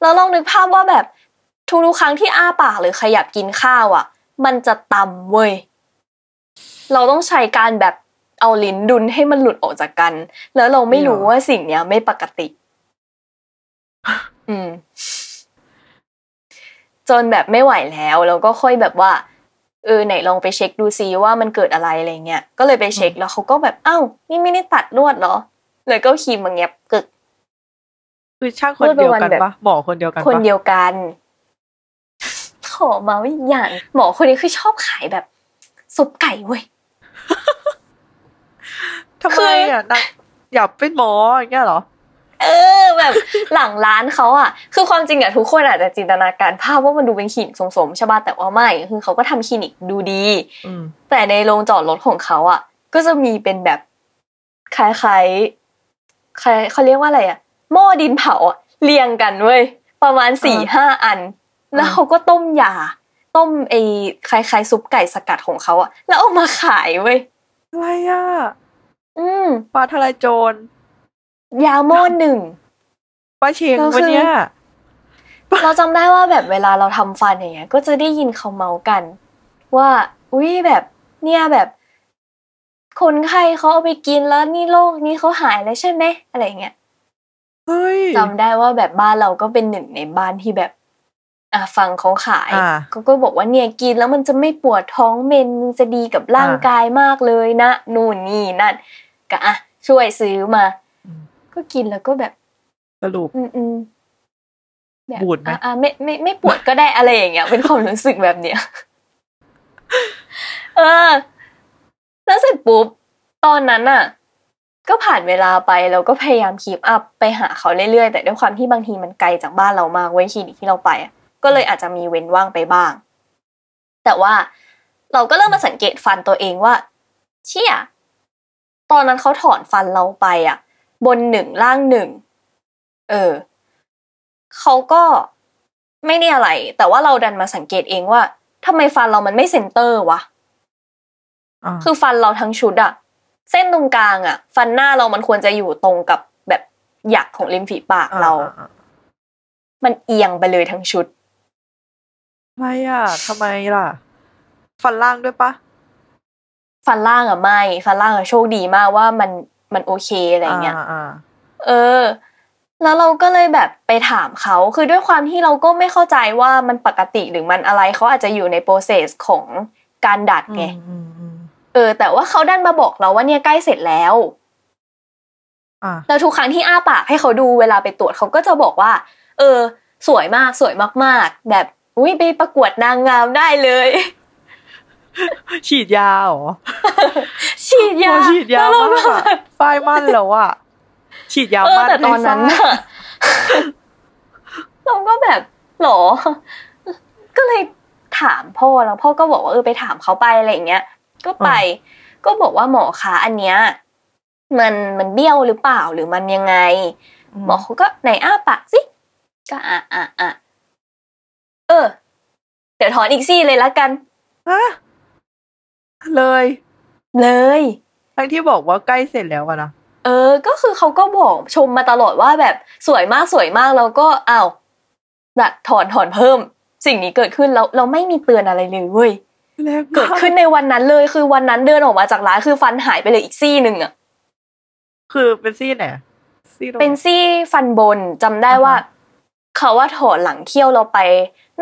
Speaker 2: แล้วลองนึกภาพว่าแบบทุกๆครั้งที่อ้าปากหรือขยับกินข้าวอะ่ะ มันจะตำเว้ย เราต้องใช้การแบบเอาลิ้นดุนให้มันหลุดออกจากกัน แล้วเราไม่รู้ว่าสิ่งเนี้ยไม่ปก ติ อืม จนแบบไม่ไหวแล้วแล้วก็ค่อยแบบว่า เออไหนลองไปเช็คดูซิว่ามันเกิดอะไรอะไรเงี้ย ก็เลยไปเช็คแล้วเขาก็แบบอ้าวนี่ไม่ได้ตัดลวดเหรอ เลยก็เอาครีมมาเงียบกึก
Speaker 3: คือช่างคนเดียวกั
Speaker 2: พูด
Speaker 3: น
Speaker 2: ไปวันแบ
Speaker 3: ปะ
Speaker 2: บ
Speaker 3: หมอคนเดียวกันปะ
Speaker 2: คนเดียวกัน ขอมาว่าอย่าง หมอคนนี้คือชอบขายแบบซุปไก่เว้ย
Speaker 3: ทำไมอ่ะนางอยากเป็นหมออย่างเงี้ยเหรอ
Speaker 2: เออ แบบหลังร้านเขาอะคือความจริงอะทุกคนอาจจะจินตนาการภาพว่ามันดูเป็นคลินิกสมสมๆใช่ป่ะแต่ว่าไม่ คือเขาก็ทำคลินิกดูดี
Speaker 3: อืม
Speaker 2: แต่ในโรงจอดรถของเขาอะ ก็จะมีเป็นแบบคล้ายๆคล้ายเขาเรียกว่าอะไรอะหม้อดินเผาอะเรียงกันเว้ยประมาณสี่
Speaker 3: อ่า
Speaker 2: ห้าอัน แล้ว
Speaker 3: อ่า
Speaker 2: เขาก็ต้มยา ต้มไอ้คล้ายๆซุปไก่สกัดของเขาอะแล้วเอามาขายเว้ย
Speaker 3: อะไรอ่ะ
Speaker 2: อืม
Speaker 3: ปลาทลายโจร
Speaker 2: ยาหม้อห นึ่ง
Speaker 3: ปลาเชง
Speaker 2: แล้วคือ
Speaker 3: วันเนี้ย
Speaker 2: เราจำได้ว่าแบบเวลาเราทำฟันอย่างเงี้ย ก็จะได้ยินเขาเมากัน ว่าอุ้ยแบบเนี่ยแบบ คนไข้เขาเอาไปกินแล้วนี่โรคนี้เขาหายแล้วใช่ไหมอะไรอย่างเงี้ย
Speaker 3: เฮ้ ย
Speaker 2: จำได้ว่าแบบบ้านเราก็เป็นหนึ่งในบ้านที่แบบ อ่ะฟังเขาขาย
Speaker 3: อ่า
Speaker 2: เขาก็บอกว่าเนี่ยกินแล้วมันจะไม่ปวดท้องเมนมันจะดีกับร่าง
Speaker 3: อ่าก
Speaker 2: ายมากเลยนะนู่นนี่นั่นก็อ่ะช่วยซื้อมา
Speaker 3: อืม
Speaker 2: ก็กินแล้วก็แบบ
Speaker 3: สรุป
Speaker 2: อืมอืมแบบ
Speaker 3: บูดไหม
Speaker 2: อ่ะอ่ะไม่ไม่ไม่ปวดก็ได้อะไรอย่างเงี้ย เป็นความรู้สึกแบบเนี้ย เออ แล้วเสร็จปุ๊บ ตอนนั้นอ่ะ ก็ผ่านเวลาไปแล้วก็พยายามคีปอัพไปหาเขาเรื่อยๆ แต่ด้วยความที่บางทีมันไกลจากบ้านเรามากเว้ยคลินิกที่เราไปอะก็เลยอาจจะมีเว้นว่างไปบ้าง แต่ว่าเราก็เริ่มมาสังเกตฟันตัวเองว่า เชี่ย ตอนนั้นเขาถอนฟันเราไปอ่ะ บนหนึ่งล่างหนึ่ง เออ เขาก็ไม่ได้อะไร แต่ว่าเราดันมาสังเกตเองว่าทำไมฟันเรามันไม่เซนเตอร์วะ
Speaker 3: อ่า
Speaker 2: คือฟันเราทั้งชุดอะเส้นตรงกลางอะฟันหน้าเรามันควรจะอยู่ตรงกับแบบหยักของริมฝีปากเรา
Speaker 3: อ่า
Speaker 2: มันเอียงไปเลยทั้งชุด
Speaker 3: อะไรอ่ะทำไมล่ะ ฟันล่างด้วยปะ
Speaker 2: ฟันล่างอะไม่ ฟันล่างอะโชคดีมากว่ามันมันโอเคอะไรเงี้ย
Speaker 3: อ่า
Speaker 2: เออ แล้วเราก็เลยแบบไปถามเขา คือด้วยความที่เราก็ไม่เข้าใจว่ามันปกติหรือมันอะไร เขาอาจจะอยู่ในโปรเซสของการดัด
Speaker 3: ๆ
Speaker 2: ไง
Speaker 3: อืมอืมอืม
Speaker 2: เออ แต่ว่าเขาดันมาบอกเราว่าเนี่ยใกล้เสร็จแล้ว
Speaker 3: อ่า
Speaker 2: แล้วทุกครั้งที่อ้าปากให้เขาดูเวลาไปตรวจเขาก็จะบอกว่า เออ สวยมากสวยมากๆ แบบอุ้ยไปประกวดนางงามได้เลย
Speaker 3: ฉีดยาเหรอ
Speaker 2: ฉีดยา
Speaker 3: โอ้ฉีดยา
Speaker 2: แล้ว
Speaker 3: มา
Speaker 2: เรา
Speaker 3: กอะฝ้ายมั่นแล้วอ่ะฉีดยา
Speaker 2: เออ
Speaker 3: มั่น
Speaker 2: แต่ตอนนั้น
Speaker 3: ให้ฝ้าย
Speaker 2: น่ะ เราก็แบบหรอ ก็เลยถามพ่อแล้วพ่อก็บอกว่าเออไปถามเขาไปอะไรอย่างเงี้ย ก็ไป ก็บอกว่าหมอคะอันเนี้ยมันมันเบี้ยวหรือเปล่าหรือมันยังไง
Speaker 3: อืม
Speaker 2: หมอเขาก็ไหนอ้าปากสิก็อ่ะอ่ะอ่ะเออ เดี๋ยวถอนอีกซี่เลยละกัน
Speaker 3: ฮะเลย
Speaker 2: เลย
Speaker 3: ทั้งที่บอกว่าใกล้เสร็จแล้วอะนะ
Speaker 2: เออ ก็คือเขาก็บอกชมมาตลอดว่าแบบสวยมากสวยมากแล้วก็อ้าวแบบถอนถอนเพิ่ม สิ่งนี้เกิดขึ้นแล้วเราไม่มีเตือนอะไรเลยเว้ย
Speaker 3: แรงมาก
Speaker 2: เกิดขึ้นในวันนั้นเลยคือวันนั้นเดินออกมาจากร้านคือฟันหายไปเลยอีกซี่หนึ่งอะ
Speaker 3: คือเป็นซี่ไหนซี่ตรงไห
Speaker 2: เป็นซี่ฟันบนจำได้ว่า
Speaker 3: อ่าฮะ
Speaker 2: เขาว่าถอนหลังเที่ยวเราไป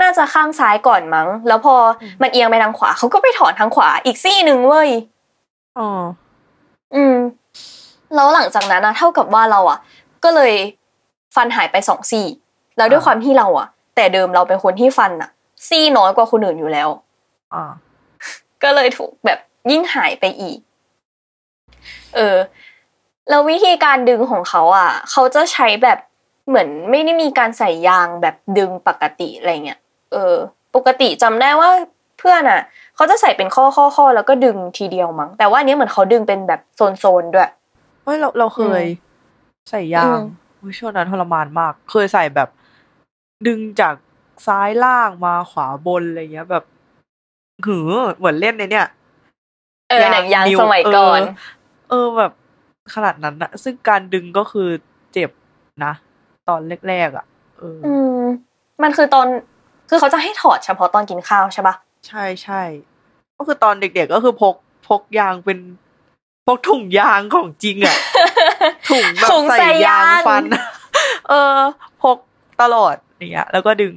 Speaker 2: น่าจะข้างซ้ายก่อนมั้ง แล้วพออ
Speaker 3: ม
Speaker 2: มันเอียงไปทางขวาเขาก็ไปถอนทางขวาอีกซี่หนึ่งเว้ย
Speaker 3: อ๋อ
Speaker 2: อืมแล้วหลังจากนั้นนะเท่ากับว่าเราอ่ะ ก็เลยฟันหายไปสองซี่ แล้วด้วยความที่เราอ่ะ แต่เดิมเราเป็นคนที่ฟันอ่ะ ซี่น้อยกว่าคนอื่นอยู่แล้ว
Speaker 3: อ่า
Speaker 2: ก็เลยถูกแบบยิ่งหายไปอีก เออ แล้ววิธีการดึงของเขาอ่ะ เขาจะใช้แบบเหมือนไม่ได้มีการใส่ยางแบบดึงปกติอะไรเงี้ย เออ ปกติจำได้ว่าเพื่อนอ่ะ เขาจะใส่เป็นข้อข้อข้อแล้วก็ดึงทีเดียวมั้ง แต่ว่าอันเนี้ยเหมือนเขาดึงเป็นแบบโซนๆด้วย
Speaker 3: ไม่เราเราเคย ใส่ยา
Speaker 2: อื
Speaker 3: ง
Speaker 2: ม
Speaker 3: อุ๊ยช่วงนั้นทรมานมาก เคยใส่แบบ ดึงจากซ้ายล่างมาขวาบนอะไรเงี้ย แบบหือเหมือนเล่นในเนี่ย
Speaker 2: เออหนังยาง
Speaker 3: นิ้ว
Speaker 2: สมัยก่อน
Speaker 3: เเออแบบขนาดนั้นนะซึ่งการดึงก็คือเจ็บนะ ตอนแรกๆอ่ะ เอออ
Speaker 2: อืม มันคือตอน คือเขาจะให้ถอดเฉพาะตอนกินข้าวใช่ปะ
Speaker 3: ใช่ใช่ก็คือตอนเด็กๆก็คือพกพกยางเป็นพกถุงยางของจริง อ่ะ ถุงแบบ
Speaker 2: ถุง
Speaker 3: ใส่ยางฟัน
Speaker 2: ใส่ยาง
Speaker 3: เออ พกตลอดเนี่ยแล้วก็ดึง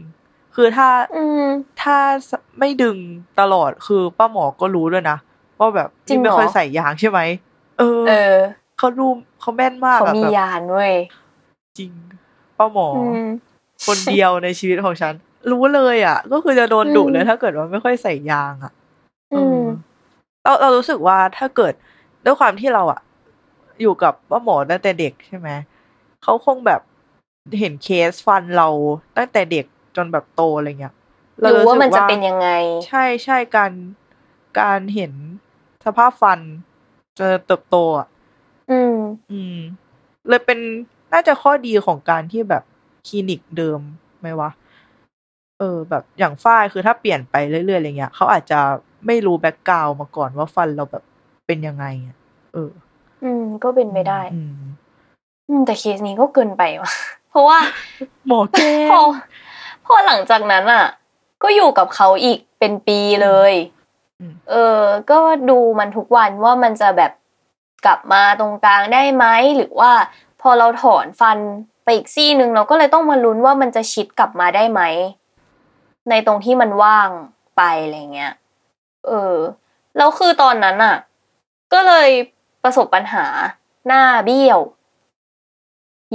Speaker 3: คือถ้า
Speaker 2: อืม
Speaker 3: ถ้าไม่ดึงตลอดคือป้าหมอก็รู้ด้วยนะว่าแบบ
Speaker 2: จริง
Speaker 3: นี่
Speaker 2: เห
Speaker 3: ไม่
Speaker 2: รอ
Speaker 3: ค่อยใส่ยางใช่ไหมเออ
Speaker 2: เออ
Speaker 3: เขารู้เขาแม่นมาก
Speaker 2: เขา
Speaker 3: อะ
Speaker 2: มี
Speaker 3: แบบ
Speaker 2: ยานเว้ย
Speaker 3: จริงป้าหมออ
Speaker 2: ม
Speaker 3: คนเดียวในชีวิตของฉัน รู้เลยอ่ะ ก็คือจะโดนดุ
Speaker 2: อืม
Speaker 3: เลยถ้าเกิดว่าไม่ค่อยใส่ยางอ่ะ
Speaker 2: อืม
Speaker 3: เออเราเรารู้สึกว่าถ้าเกิดด้วยความที่เราอ่ะ อยู่กับป้าหมอตั้งแต่เด็กใช่ไหมเขาคงแบบเห็นเคสฟันเราตั้งแต่เด็กจนแบบโตอะไรเงี้ยเ
Speaker 2: รู้ว่า
Speaker 3: สึก
Speaker 2: มันจะเป็นยังไง
Speaker 3: ใช่ใช่การการเห็นสภาพฟัน เจริญเติบโตอ่ะ
Speaker 2: อืม
Speaker 3: อืม เลยเป็นน่าจะข้อดีของการที่แบบคลินิกเดิมไหมวะ เออ แบบอย่างฝ้ายคือถ้าเปลี่ยนไปเรื่อยๆอะไรเงี้ยเขาอาจจะไม่รู้แบ็กกราวมาก่อนว่าฟันเราแบบเป็นยังไงอะเออ
Speaker 2: อืม ก็เป็นไปได้
Speaker 3: อืม
Speaker 2: อืม แต่เคสนี้ก็เกินไปว่ะ เพราะว่า
Speaker 3: หมอแก้
Speaker 2: พอ
Speaker 3: ว
Speaker 2: พอหลังจากนั้นอ่ะ ก็อยู่กับเขาอีกเป็นปีเลย เออ ก็ดูมันทุกวันว่ามันจะแบบกลับมาตรงกลางได้ไหมหรือว่าพอเราถอนฟันไปอีกซี่หนึ่งเราก็เลยต้องมาลุ้นว่ามันจะชิดกลับมาได้ไหม ในตรงที่มันว่างไปอะไรเงี้ย เออ แล้วคือตอนนั้นอ่ะ ก็เลยประสบปัญหาหน้าเบี้ยว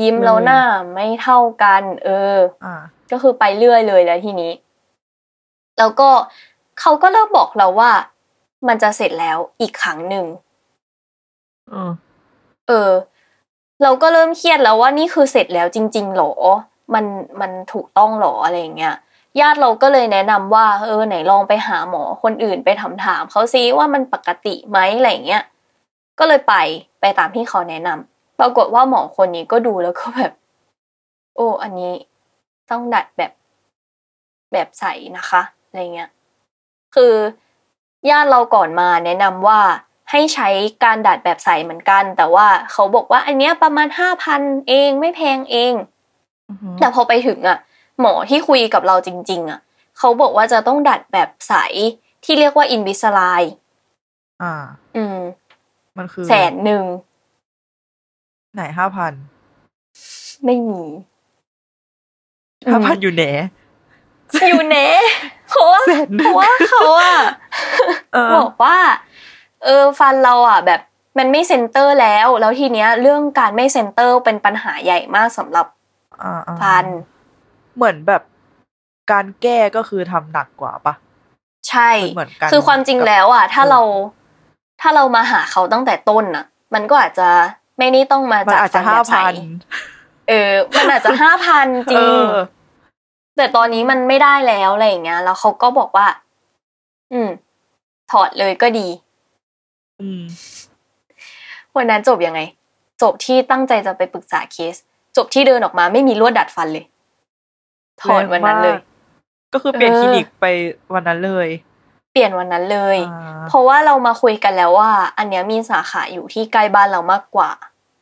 Speaker 2: ยิ้มแล้วหน้าไม่เท่ากัน เออ
Speaker 3: อ่า
Speaker 2: ก็คือไปเรื่อยเลยแล้วทีนี้ แล้วก็เขาก็เริ่มบอกเราว่า มันจะเสร็จแล้วอีกครั้งหนึ่ง
Speaker 3: เออ
Speaker 2: เออ เราก็เริ่มเครียดแล้วว่านี่คือเสร็จแล้วจริง ๆหรอ มันมันถูกต้องหรออะไรอย่างเงี้ย ญาติเราก็เลยแนะนำว่า เออไหนลองไปหาหมอคนอื่นไปถามถามๆเขาซิว่ามันปกติไหมอะไรอย่างเงี้ย ก็เลยไปไปตามที่เขาแนะนำปรากฏว่าหมอคนนี้ก็ดูแล้วก็แบบ โอ้อันนี้ต้องดัดแบบแบบใสนะคะอะไรเงี้ย คือญาติเราก่อนมาแนะนำว่าให้ใช้การดัดแบบใสเหมือนกัน แต่ว่าเขาบอกว่าอันเนี้ยประมาณห้าพันเองไม่แพงเอง แต่พอไปถึงอ่ะ หมอที่คุยกับเราจริง ๆ อ่ะ เขาบอกว่าจะต้องดัดแบบใสที่เรียกว่าอินวิสไล
Speaker 3: อ่า
Speaker 2: อืม
Speaker 3: มันคือ
Speaker 2: แสนหนึ่ง
Speaker 3: ไหนห้าพัน
Speaker 2: ไม่มี
Speaker 3: ห้าพัน
Speaker 2: อื
Speaker 3: อยู่ไหน
Speaker 2: มอยู่เนะเพราะว่า
Speaker 3: แสนห
Speaker 2: เพ
Speaker 3: นึ่ง
Speaker 2: ราะว่าเขาอ่ะ
Speaker 3: เออ
Speaker 2: บอกว่า เออฟันเราอ่ะ แบบมันไม่เซนเตอร์แล้ว แล้วทีเนี้ย เรื่องการไม่เซนเตอร์เป็นปัญหาใหญ่มากสำหรับ
Speaker 3: อ่าอ่า
Speaker 2: ฟัน
Speaker 3: เหมือนแบบการแก้ก็คือทำหนักกว่าปะ
Speaker 2: ใช่
Speaker 3: มันเหมือนกัน
Speaker 2: คือความจริงแล้วอ่ะ ถ้าเราถ้าเรามาหาเขาตั้งแต่ต้นน่ะ มันก็อาจจะไม่นี่ต้องมา
Speaker 3: มัน
Speaker 2: จาก
Speaker 3: อาจจะ
Speaker 2: ฟั
Speaker 3: ห้า
Speaker 2: แบบใส
Speaker 3: พัน
Speaker 2: เออ มัน อาจจะห้าพันจริง แต่ตอนนี้มันไม่ได้แล้วอะไรอย่างเงี้ย แล้วเขาก็บอกว่า อืม ถอดเลยก็ดี
Speaker 3: อืม
Speaker 2: วันนั้นจบยังไง จบที่ตั้งใจจะไปปรึกษาเคส จบที่เดินออกมาไม่มีลวดดัดฟันเลย ถอดวันนั้นเลย
Speaker 3: แรงมากก็คือเปลี่ยน
Speaker 2: เออ
Speaker 3: คลินิกไปวันนั้นเลย
Speaker 2: เปลี่ยนวันนั้นเลย
Speaker 3: อ่า
Speaker 2: เพราะว่าเรามาคุยกันแล้วว่า อันเนี้ยมีสาขาอยู่ที่ใกล้บ้านเรามากกว่า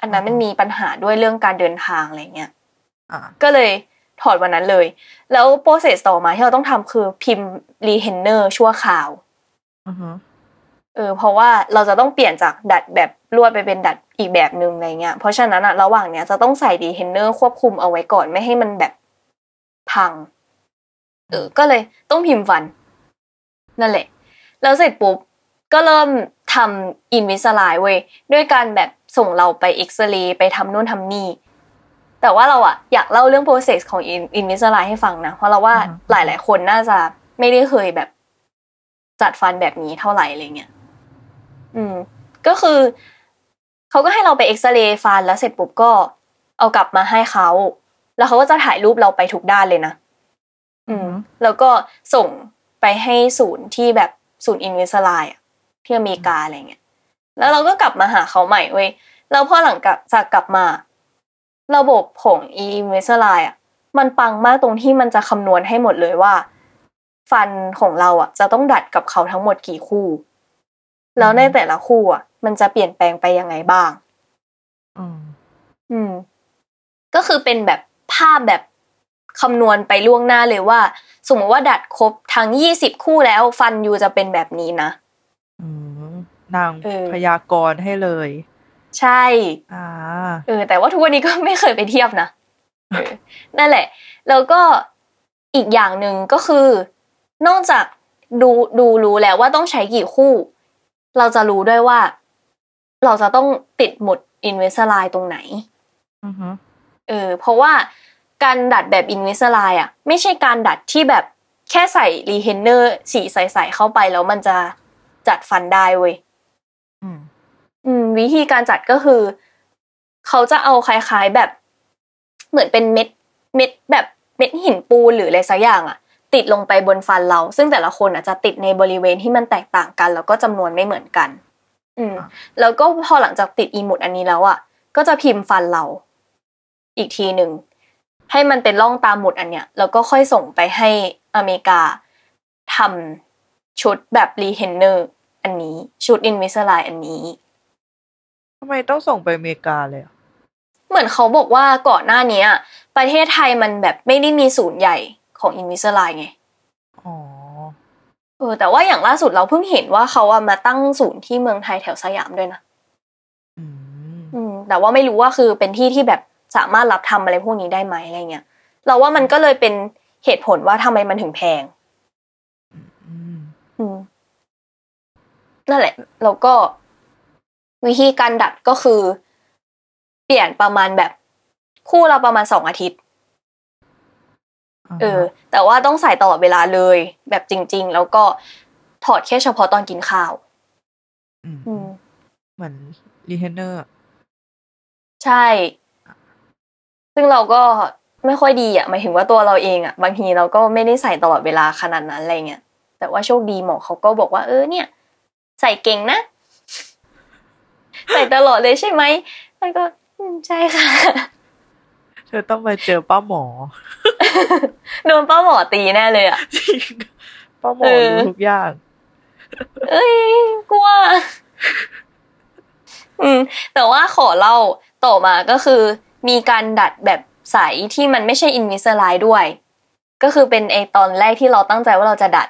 Speaker 2: อันนั้น
Speaker 3: อ่ามั
Speaker 2: มันมีปัญหาด้วยเรื่องการเดินทางอะไรเงี้ย
Speaker 3: อ่า
Speaker 2: ก็เลยถอดวันนั้นเลย แล้วโปรเซสต่อมาที่เราต้องทำคือพิมพ์รีเทนเนอร์ชั่วคราว
Speaker 3: อือฮะ
Speaker 2: เออเพราะว่าเราจะต้องเปลี่ยนจากดัดแบบลวดไปเป็นดัดอีกแบบหนึ่งอะไรเงี้ยเพราะฉะนั้นอะระหว่างเนี้ยจะต้องใส่ดีเทนเนอร์ควบคุมเอาไว้ก่อนไม่ให้มันแบบพัง เออ ก็เลยต้องพิมพ์ฟัน นั่นแหละ แล้วเสร็จปุ๊บ ก็เริ่มทำอินวิสไลเว้ยด้วยการแบบส่งเราไปเอ็กซเรย์ไปทำนู่นทำนี่ แต่ว่าเราอะอยากเล่าเรื่องโปรเซสของอินวิสไลให้ฟังนะ เพราะเราว่าหลาย ๆ คนน่าจะไม่ได้เคยแบบ จัดฟันแบบนี้เท่าไหร่อะไรเงี้ย อืม ก็คือ เขาก็ให้เราไปเอ็กซเรย์ฟันแล้วเสร็จปุ๊บก็ เอากลับมาให้เขา แล้วเขาก็จะถ่ายรูปเราไปทุกด้านเลยนะ อืม แล้วก็ส่งไปให้ศูนย์ที่แบบศูนย์อินเวสไลที่อเมริกาอะไรเงี้ย แล้วเราก็กลับมาหาเขาใหม่เว้ย แล้วพอหลังกลับจากกลับมา ระบบของอินเวสไลอ่ะ มันปังมากตรงที่มันจะคำนวณให้หมดเลยว่า ฟันของเราอ่ะ จะต้องดัดกับเขาทั้งหมดกี่คู่ แล้วในแต่ละคู่อ่ะ มันจะเปลี่ยนแปลงไปยังไงบ้าง
Speaker 3: อืม
Speaker 2: อืม ก็คือเป็นแบบภาพแบบคำนวณไปล่วงหน้าเลยว่า สมมติว่าดัดครบทั้งยี่สิบคู่แล้ว ฟันยูจะเป็นแบบนี้นะ
Speaker 3: อืมนาง
Speaker 2: เออ
Speaker 3: พยากรณ์ให้เลย
Speaker 2: ใช่
Speaker 3: อ่า
Speaker 2: เออ แต่ว่าทุกวันนี้ก็ไม่เคยไปเทียบนะเออนั่นแหละ แล้วก็อีกอย่างหนึ่งก็คือ นอกจากดูดูรู้แล้วว่าต้องใช้กี่คู่ เราจะรู้ด้วยว่า เราจะต้องติดหมุดอินเวสไลตรงไหน
Speaker 3: อือฮะ
Speaker 2: เออเพราะว่าการดัดแบบอินวิสไลอ่ะ ไม่ใช่การดัดที่แบบแค่ใส่รีเทนเนอร์สีใสๆเข้าไปแล้วมันจะจัดฟันได้เว้ย
Speaker 3: อืม
Speaker 2: อืม วิธีการจัดก็คือ เขาจะเอาคล้ายๆแบบ เหมือนเป็นเม็ดเม็ดแบบเม็ดหินปูนหรืออะไรสักอย่างอ่ะ ติดลงไปบนฟันเรา ซึ่งแต่ละคนอ่ะจะติดในบริเวณที่มันแตกต่างกัน แล้วก็จำนวนไม่เหมือนกัน อืมแล้วก็พอหลังจากติดอีหมุดอันนี้แล้วอ่ะ ก็จะพิมพ์ฟันเรา อีกทีหนึ่ง ให้มันเป็นร่องตามหมุดอันเนี้ยแล้วก็ค่อยส่งไปให้อเมริกาทำชุดแบบรีเทนเนอร์อันนี้ชุดอินวิสไลอันนี้
Speaker 3: ทำไมต้องส่งไปอเมริกาเลยอะ
Speaker 2: เหมือนเขาบอกว่าก่อนหน้าเนี้ย ประเทศไทยมันแบบไม่ได้มีศูนย์ใหญ่ของอินวิสไลไง
Speaker 3: อ๋อ
Speaker 2: เออแต่ว่าอย่างล่าสุดเราเพิ่งเห็นว่าเขาอะมาตั้งศูนย์ที่เมืองไทยแถวสยามด้วยนะ
Speaker 3: อืม
Speaker 2: อืม แต่ว่าไม่รู้ว่าคือเป็นที่ที่แบบสามารถรับทำอะไรพวกนี้ได้ไหมอะไรเงี้ยเราว่ามันก็เลยเป็นเหตุผลว่าทำไมมันถึงแพง
Speaker 3: อืม
Speaker 2: อืม นั่นแหละ แล้วก็วิธีการดัดก็คือ เปลี่ยนประมาณแบบคู่เราประมาณสองอาทิตย์ เออ แต่ว่าต้องใส่ตลอดเวลาเลย แบบจริง ๆ แล้วก็ถอดแค่เฉพาะตอนกินข้าว อืม
Speaker 3: เหมือนรีเทนเนอร์
Speaker 2: ใช่ ซึ่งเราก็ไม่ค่อยดีอ่ะ หมายถึงว่าตัวเราเองอ่ะ บางทีเราก็ไม่ได้ใส่ตลอดเวลาขนาดนั้นอะไรเงี้ย แต่ว่าโชคดีหมอเขาก็บอกว่าเออเนี่ย ใส่เก่งนะ ใส่ตลอดเลยใช่ไหมมันก็อืมใช่ค่ะ
Speaker 3: เธอต้องไปเจอป้าหมอ
Speaker 2: โดนป้าหมอตีแน่เลยอ่ะ
Speaker 3: จริง ป้าหมอ
Speaker 2: เออ
Speaker 3: รู้ทุกอย่าง
Speaker 2: เอ้ยกลัว อืม แต่ว่าขอเล่าต่อมาก็คือ มีการดัดแบบใสที่มันไม่ใช่อินวิสไลด้วย ก็คือเป็นไอตอนแรกที่เราตั้งใจว่าเราจะดัด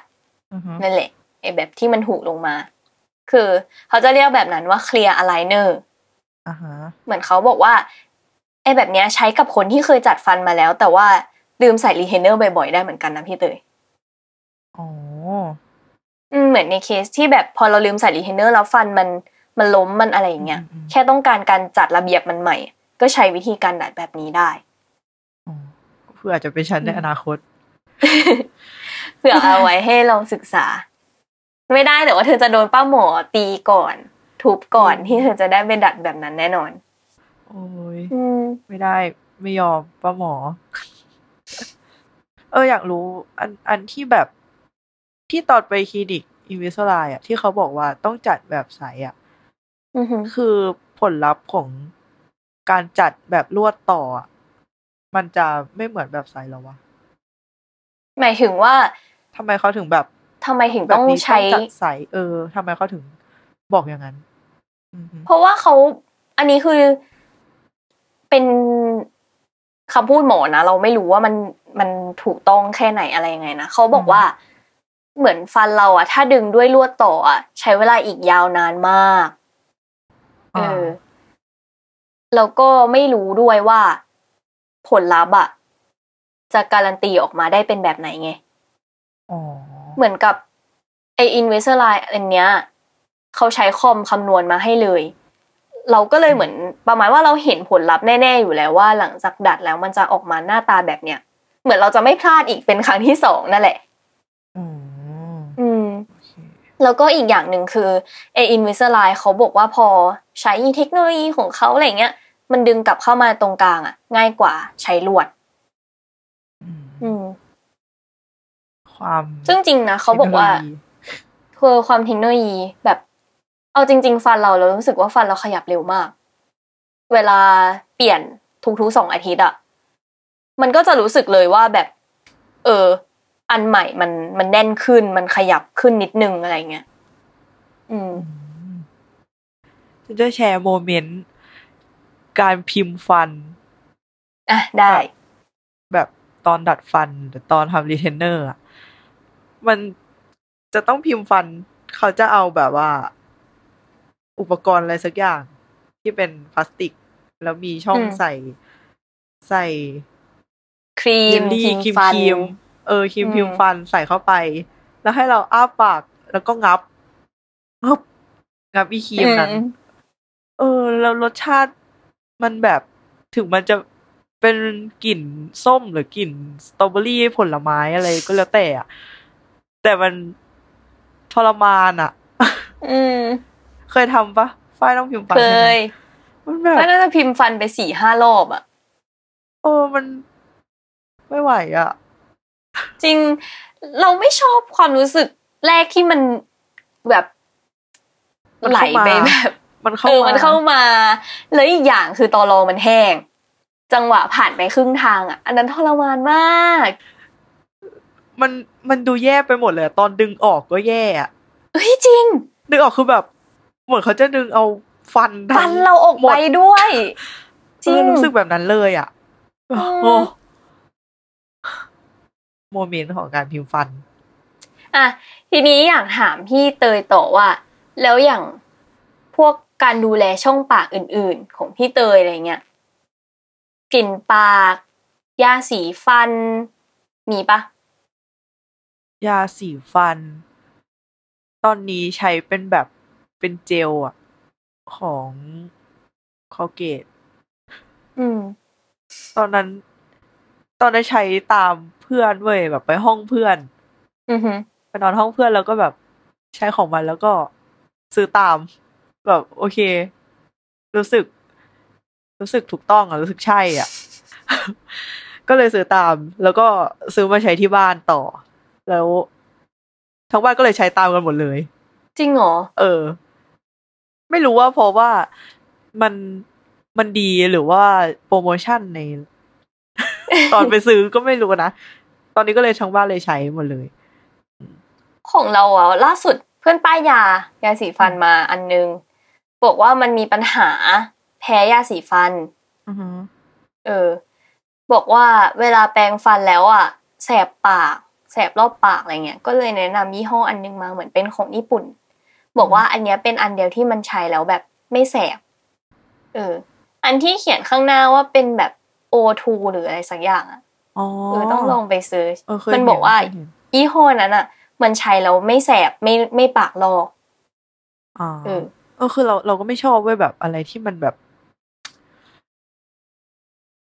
Speaker 3: อือฮึ
Speaker 2: นั่นแหละไอแบบที่มันหูลงมา คือเขาจะเรียกแบบนั้นว่าเคลียร์อะไลเนอร์
Speaker 3: อ่าฮะ
Speaker 2: เหมือนเขาบอกว่าไอแบบเนี้ยใช้กับคนที่เคยจัดฟันมาแล้ว แต่ว่าลืมใส่รีเทนเนอร์บ่อยๆได้เหมือนกันนะพี่เตย
Speaker 3: อ๋อ
Speaker 2: อืมเหมือนในเคสที่แบบพอเราลืมใส่รีเทนเนอร์แล้วฟันมันมันล้มมันอะไรอย่างเงี้ย
Speaker 3: อืมอืม
Speaker 2: แค่ต้องการการจัดระเบียบมันใหม่ ก็ใช้วิธีการดัดแบบนี้ได้
Speaker 3: อ๋อเพื่ออาจจะเป็นฉันในอนาคต
Speaker 2: เผื่อเอาไว้ให้เราศึกษา ไม่ได้แต่ว่าเธอจะโดนป้าหมอตีก่อน ทุบก่อน
Speaker 3: อืม
Speaker 2: ที่เธอจะได้ไปดัดแบบนั้นแน่นอน
Speaker 3: โอ้ย
Speaker 2: อืม
Speaker 3: ไม่ได้ไม่ยอมป้าหมอ เอออยากรู้ อันอันที่แบบที่ตอนไปคลินิกอินวิสไลอ่ะ ที่เขาบอกว่าต้องจัดแบบใสอ่ะ
Speaker 2: อือหือ
Speaker 3: คือผลลัพธ์ของการจัดแบบลวดต่ออะมันจะไม่เหมือนแบบใสเหรอวะ
Speaker 2: หมายถึงว่า
Speaker 3: ทำไมเขาถึงแบบ
Speaker 2: ทำไมถึง
Speaker 3: แบ
Speaker 2: ต้
Speaker 3: บ
Speaker 2: อง
Speaker 3: นี้
Speaker 2: ใช้
Speaker 3: จัดใสเออทำไมเขาถึงบอกอย่างนั้น อือฮึ
Speaker 2: เพราะว่าเขาอันนี้คือเป็นคำพูดหมอนะเราไม่รู้ว่ามันมันถูกต้องแค่ไหนอะไรยังไงนะเขาบอกว่าเหมือนฟันเราอะถ้าดึงด้วยลวดต่ออะใช้เวลาอีกยาวนานมาก เอ
Speaker 3: อ่า
Speaker 2: อแล้วก็ไม่รู้ด้วยว่าผลลัพธ์อะจะการันตีออกมาได้เป็นแบบไหนไง
Speaker 3: อ๋อ
Speaker 2: เหมือนกับไออินเวสไลน์อันเนี้ยเขาใช้คอมคำนวณมาให้เลย เราก็เลยเหมือนประมาณว่าเราเห็นผลลัพธ์แน่ ๆ อยู่แล้วว่าหลังจากดัดแล้วมันจะออกมาหน้าตาแบบเนี้ยเหมือนเราจะไม่พลาดอีกเป็นครั้งที่สองนั่นแหละ
Speaker 3: อืม
Speaker 2: อืม
Speaker 3: โอเค
Speaker 2: แล้วก็อีกอย่างหนึ่งคือไออินวิสไลเขาบอกว่าพอใช้เทคโนโลยีของเขาอะไรเงี้ย มันดึงกลับเข้ามาตรงกลางอ่ะ ง่ายกว่าใช้ลวด
Speaker 3: อืม
Speaker 2: อืม
Speaker 3: ความ
Speaker 2: ซึ่งจริงนะเขาบอกว่า
Speaker 3: ทคโนโลยี
Speaker 2: คือความเทคโนโลยีแบบ เอาจริง ๆ ฟันเราเรารู้สึกว่าฟันเราขยับเร็วมาก เวลาเปลี่ยนทุกๆสองอาทิตย์อะมันก็จะรู้สึกเลยว่าแบบ เออ อันใหม่มันมันแน่นขึ้น มันขยับขึ้นนิดนึงอะไรเงี้ยอืม
Speaker 3: ฉันจะแชร์โมเมนต์การพิมพ์ฟัน
Speaker 2: อ่ะได้
Speaker 3: แบบตอนดัดฟันหรือตอนทำรีเทนเนอร์อะมันจะต้องพิมพ์ฟัน เขาจะเอาแบบว่า อุปกรณ์อะไรสักอย่าง ที่เป็นพลาสติก แล้วมีช่อง
Speaker 2: อืม
Speaker 3: ใส่ใส่
Speaker 2: ครี
Speaker 3: เย
Speaker 2: ม
Speaker 3: ลลี่ครีม
Speaker 2: ฟัน
Speaker 3: ครีมเออครีม
Speaker 2: อืม
Speaker 3: พิมพ์ฟันใส่เข้าไป แล้วให้เราอ้าปากแล้วก็งับงับงับอีครีมนั้น
Speaker 2: อืม
Speaker 3: เออแล้วรสชาติมันแบบถึงมันจะเป็นกลิ่นส้มหรือกลิ่นสตรอเบอรี่ผลไม้อะไรก็แล้วแต่อะแต่มันทรมานอะ
Speaker 2: อืม
Speaker 3: เคยทำปะฝ้ายต้องพิมพ์ฟัน
Speaker 2: เค
Speaker 3: ใช่ไหม
Speaker 2: ย
Speaker 3: มันแบ
Speaker 2: ก็
Speaker 3: บ
Speaker 2: น่าจะพิมพ์ฟันไปสี่ห้ารอบอะ
Speaker 3: เออมันไม่ไหวอะ
Speaker 2: จริงเราไม่ชอบความรู้สึกแรกที่มันแบบ
Speaker 3: มัน
Speaker 2: ไหล
Speaker 3: เข้ามา
Speaker 2: ไปแบบ
Speaker 3: มันเข้า
Speaker 2: เออ
Speaker 3: มา
Speaker 2: มันเข้ามา แล้วอีกอย่างคือตอรอมันแห้ง จังหวะผ่านไปครึ่งทางอ่ะ อันนั้นทรมานมาก
Speaker 3: มันมันดูแย่ไปหมดเลยอะตอนดึงออกก็แย่อะ
Speaker 2: เฮ้ยจริง
Speaker 3: ดึงออกคือแบบเหมือนเขาจะดึงเอาฟันทั้ง
Speaker 2: ฟันเราออก
Speaker 3: หม
Speaker 2: ไป
Speaker 3: ด
Speaker 2: ด้วย จ
Speaker 3: เอ
Speaker 2: ริ
Speaker 3: อง รู้สึกแบบนั้นเลยอ่ะ
Speaker 2: อืม
Speaker 3: โอ้โมเมนต์ของการพิมพ์ฟัน
Speaker 2: อ่ะทีนี้อยากถามพี่เตยต่อว่า แล้วอย่างพวกการดูแลช่องปากอื่น ๆ ของพี่เตยอะไรเงี้ยกลิ่นปากยาสีฟัน มีปะ
Speaker 3: ยาสีฟัน ตอนนี้ใช้เป็นแบบเป็นเจลอ่ะ ของคอเกต
Speaker 2: อืม
Speaker 3: ตอนนั้น ตอนนั้นใช้ตามเพื่อนเว้ยแบบไปห้องเพื่อน
Speaker 2: อือหือ
Speaker 3: ไปนอนห้องเพื่อนแล้วก็แบบใช้ของมันแล้วก็ซื้อตาม แบบ โอเค รู้สึก รู้สึกถูกต้องอ่ะรู้สึกใช่อ่ะ ก็เลยซื้อตาม แล้วก็ซื้อมาใช้ที่บ้านต่อ แล้วทั้งบ้านก็เลยใช้ตามกันหมดเลย
Speaker 2: จริงเหรอ
Speaker 3: เออ ไม่รู้ว่าเพราะว่ามันมันดีหรือว่าโปรโมชั่นใน ตอนไปซื้อก็ไม่รู้นะ ตอนนี้ก็เลยทั้งบ้านเลยใช้หมดเลย
Speaker 2: ของเราอ่ะล่าสุดเพื่อนป้ายยายาสีฟันมาอันนึง บอกว่ามันมีปัญหาแพ้ยาสีฟัน เออ บอกว่าเวลาแปรงฟันแล้วอ่ะแสบปากแสบรอบปากอะไรเงี้ยก็เลยแนะนำยี่ห้ออันนึงมาเหมือนเป็นของญี่ปุ่น บอกว่าอันเนี้ยเป็นอันเดียวที่มันใช้แล้วแบบไม่แสบเออ อันที่เขียนข้างหน้าว่าเป็นแบบโอทูหรืออะไรสักอย่างอ่ะ
Speaker 3: อ๋อ
Speaker 2: เออต้องลองไปซื้อ
Speaker 3: เออเคยเห็
Speaker 2: มันบอกว่า
Speaker 3: เคยเห็น
Speaker 2: ยี่ห้อนั้นอ่ะ มันใช้แล้วไม่แสบไม่ไม่ปากลอก
Speaker 3: อ่า
Speaker 2: เออ
Speaker 3: เออคือเราเราก็ไม่ชอบเว้ยแบบอะไรที่มันแบบ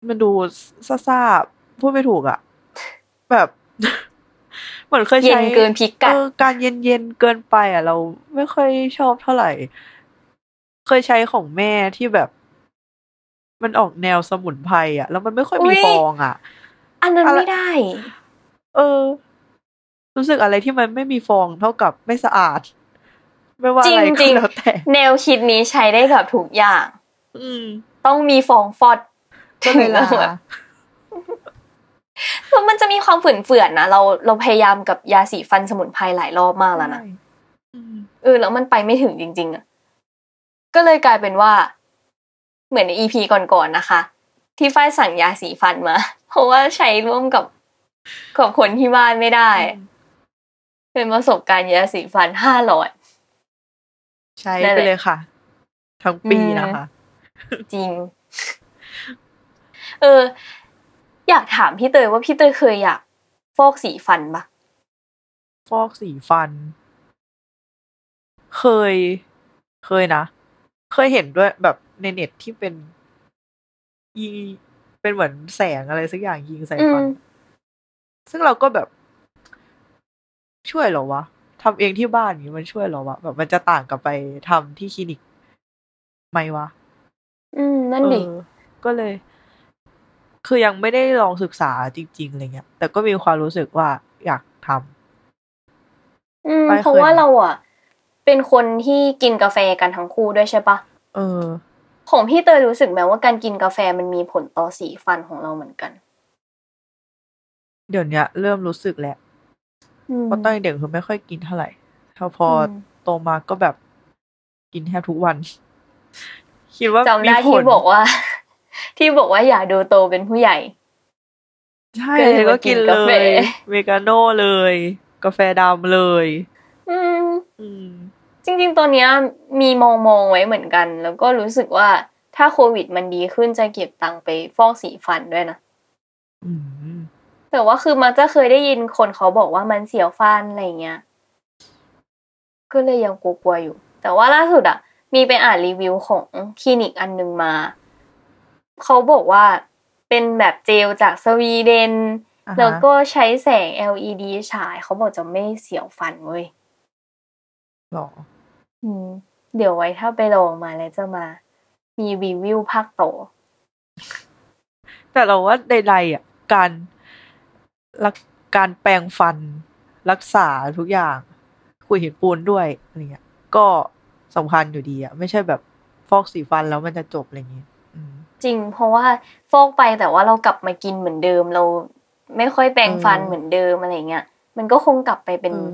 Speaker 3: มันดูซ่าๆพูดไม่ถูกอ่ะ แบบ เหมือนเคย
Speaker 2: เย็
Speaker 3: ใช้
Speaker 2: นเกินพิกัด
Speaker 3: เออการเย็นเย็นๆเกินไปอ่ะ เราไม่ค่อยชอบเท่าไหร่ เคยใช้ของแม่ที่แบบ มันออกแนวสมุนไพรอ่ะ แล้วมันไม่ค่อยมีฟองอ่ะ
Speaker 2: อันนั้น
Speaker 3: อะไร
Speaker 2: ไม่ได้
Speaker 3: เออ รู้สึกอะไรที่มันไม่มีฟองเท่ากับไม่สะอาด ไม่ว่าอะไร
Speaker 2: จริ
Speaker 3: ก็
Speaker 2: งๆ
Speaker 3: แล้วแต่
Speaker 2: แนวคิดนี้ใช้ได้กับทุกอย่าง
Speaker 3: อืม
Speaker 2: ต้องมีฟองฟอด
Speaker 3: ก็เลยลา
Speaker 2: แบบเพราะมันจะมีความฝืนเฝือนๆนะเราเราพยายามกับยาสีฟันสมุนไพรหลายรอบมากแล้วนะ
Speaker 3: ใช่อืม
Speaker 2: เออแล้วมันไปไม่ถึงจริง ๆอ่ะก็เลยกลายเป็นว่า เหมือนในอีพีก่อนๆนะคะ ที่ฝ้ายสั่งยาสีฟันมา เพราะว่าใช้ร่วมกับกับคนที่บ้านไม่ได้ เป็นประสบการณ์ยาสีฟันห้าหลอด
Speaker 3: ใช้
Speaker 2: นั่นแห
Speaker 3: ไป
Speaker 2: ละ
Speaker 3: เลยค่ะ ทั้งปีนะคะ
Speaker 2: จริ ง เออ อยากถามพี่เตยว่าพี่เตยเคยอยากฟอกสีฟันปะ
Speaker 3: ฟอกสีฟัน เคย เคยนะ เคยเห็นด้วยแบบในเน็ตที่เป็น ยิง เป็นเหมือนแสงอะไรสักอย่างยิงใส่
Speaker 2: อื
Speaker 3: ฟั
Speaker 2: ม
Speaker 3: น ซึ่งเราก็แบบ ช่วยเหรอวะทำเองที่บ้านนี้มันช่วยเหรอวะแบบมันจะต่างกับไปทำที่คลินิกไหมวะ
Speaker 2: อืมนั่นดิ
Speaker 3: เออก็เลย คือยังไม่ได้ลองศึกษาจริง ๆอะไรเงี้ย แต่ก็มีความรู้สึกว่าอยากทำ
Speaker 2: อืม
Speaker 3: ไป
Speaker 2: เพราะ
Speaker 3: เคย
Speaker 2: ว่า
Speaker 3: ไหม
Speaker 2: เราอ่ะ เป็นคนที่กินกาแฟกันทั้งคู่ด้วยใช่ปะ
Speaker 3: เออ
Speaker 2: ของพี่เตยรู้สึกไหมว่าการกินกาแฟมันมีผลต่อสีฟันของเราเหมือนกัน
Speaker 3: เดี๋ยวเนี้ยเริ่มรู้สึกแล้ว
Speaker 2: อืม
Speaker 3: เพราะตอนเด็กคือไม่ค่อยกินเท่าไหร่พอพอ
Speaker 2: ม
Speaker 3: โตมาก็แบบกินแทบทุกวัน คิดว่า
Speaker 2: จำ
Speaker 3: มี
Speaker 2: ได้
Speaker 3: ผล
Speaker 2: ที่บอกว่า ที่บอกว่าอย่าดูโตเป็นผู้ใหญ่
Speaker 3: ใช่
Speaker 2: เกิด
Speaker 3: ก็กิน
Speaker 2: มากิน
Speaker 3: เล
Speaker 2: กาแฟ
Speaker 3: ยเมกาโน่เลย กาแฟดำเลย
Speaker 2: อืม
Speaker 3: อืม
Speaker 2: จริงๆ ตัวเนี้ยมีมองมองๆไว้เหมือนกัน แล้วก็รู้สึกว่าถ้าโควิดมันดีขึ้นจะเก็บตังค์ไปฟอกสีฟันด้วยนะ
Speaker 3: อืม
Speaker 2: แต่ว่าคือมักจะเคยได้ยินคนเขาบอกว่ามันเสียวฟันอะไรเงี้ย ก็เลยยังกลัวๆอยู่ แต่ว่าล่าสุดอะมีไปอ่านรีวิวของคลินิกอันหนึงมา เขาบอกว่าเป็นแบบเจลจากสวีเดน
Speaker 3: อ่าฮะ
Speaker 2: แล้วก็ใช้แสง LED ฉาย เขาบอกจะไม่เสียวฟันเว้ย
Speaker 3: หรอ
Speaker 2: อืมเดี๋ยวไว้ถ้าไปลองมาแล้วจะมา มีรีวิวภาคต่อ
Speaker 3: แต่เราว่าใดๆอ่ะการรักการแปรงฟันรักษาทุกอย่างขุยหินปูนด้วยอะไรเงี้ยก็ สำคัญอยู่ดีอะไม่ใช่แบบฟอกสีฟันแล้วมันจะจบอะไรอย่างงี้อืม
Speaker 2: จริง เพราะว่าฟอกไปแต่ว่าเรากลับมากินเหมือนเดิม เราไม่ค่อยแปรงฟัน
Speaker 3: อืม
Speaker 2: เหมือนเดิมอะไรเงี้ยมันก็คงกลับไปเป็น
Speaker 3: ออ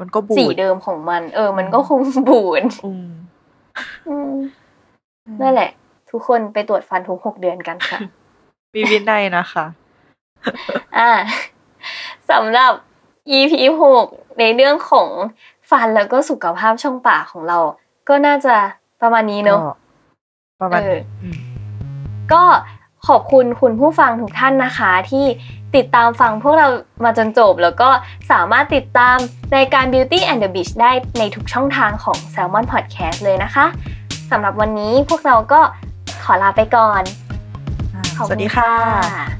Speaker 3: มันก็บู
Speaker 2: สี
Speaker 3: ด
Speaker 2: เดิมของมัน เออ มัน
Speaker 3: อืม
Speaker 2: ก็คงบูด
Speaker 3: อืม
Speaker 2: อืมนั่นแหละ ทุกคนไปตรวจฟันทุกหกเดือนกันค่ะ
Speaker 3: มีวินัยนะคะ
Speaker 2: อ่าสำหรับ EP 6ในเรื่องของฟันแล้วก็สุขภาพช่องปากของเรา ก็น่าจะประมาณนี้เนอะ
Speaker 3: ก็ประมาณ
Speaker 2: เออ
Speaker 3: นี้ม
Speaker 2: ก็ขอบคุณคุณผู้ฟังทุกท่านนะคะ ที่ติดตามฟังพวกเรามาจนจบ แล้วก็สามารถติดตามรายการ Beauty and the Beach ได้ในทุกช่องทางของ Salmon Podcast เลยนะคะสำหรับวันนี้พวกเราก็ขอลาไปก่อน
Speaker 3: อ่า
Speaker 2: ขอบ
Speaker 3: ส
Speaker 2: คุ
Speaker 3: วัส
Speaker 2: ณ
Speaker 3: ดีค่ะ
Speaker 2: ค่ะ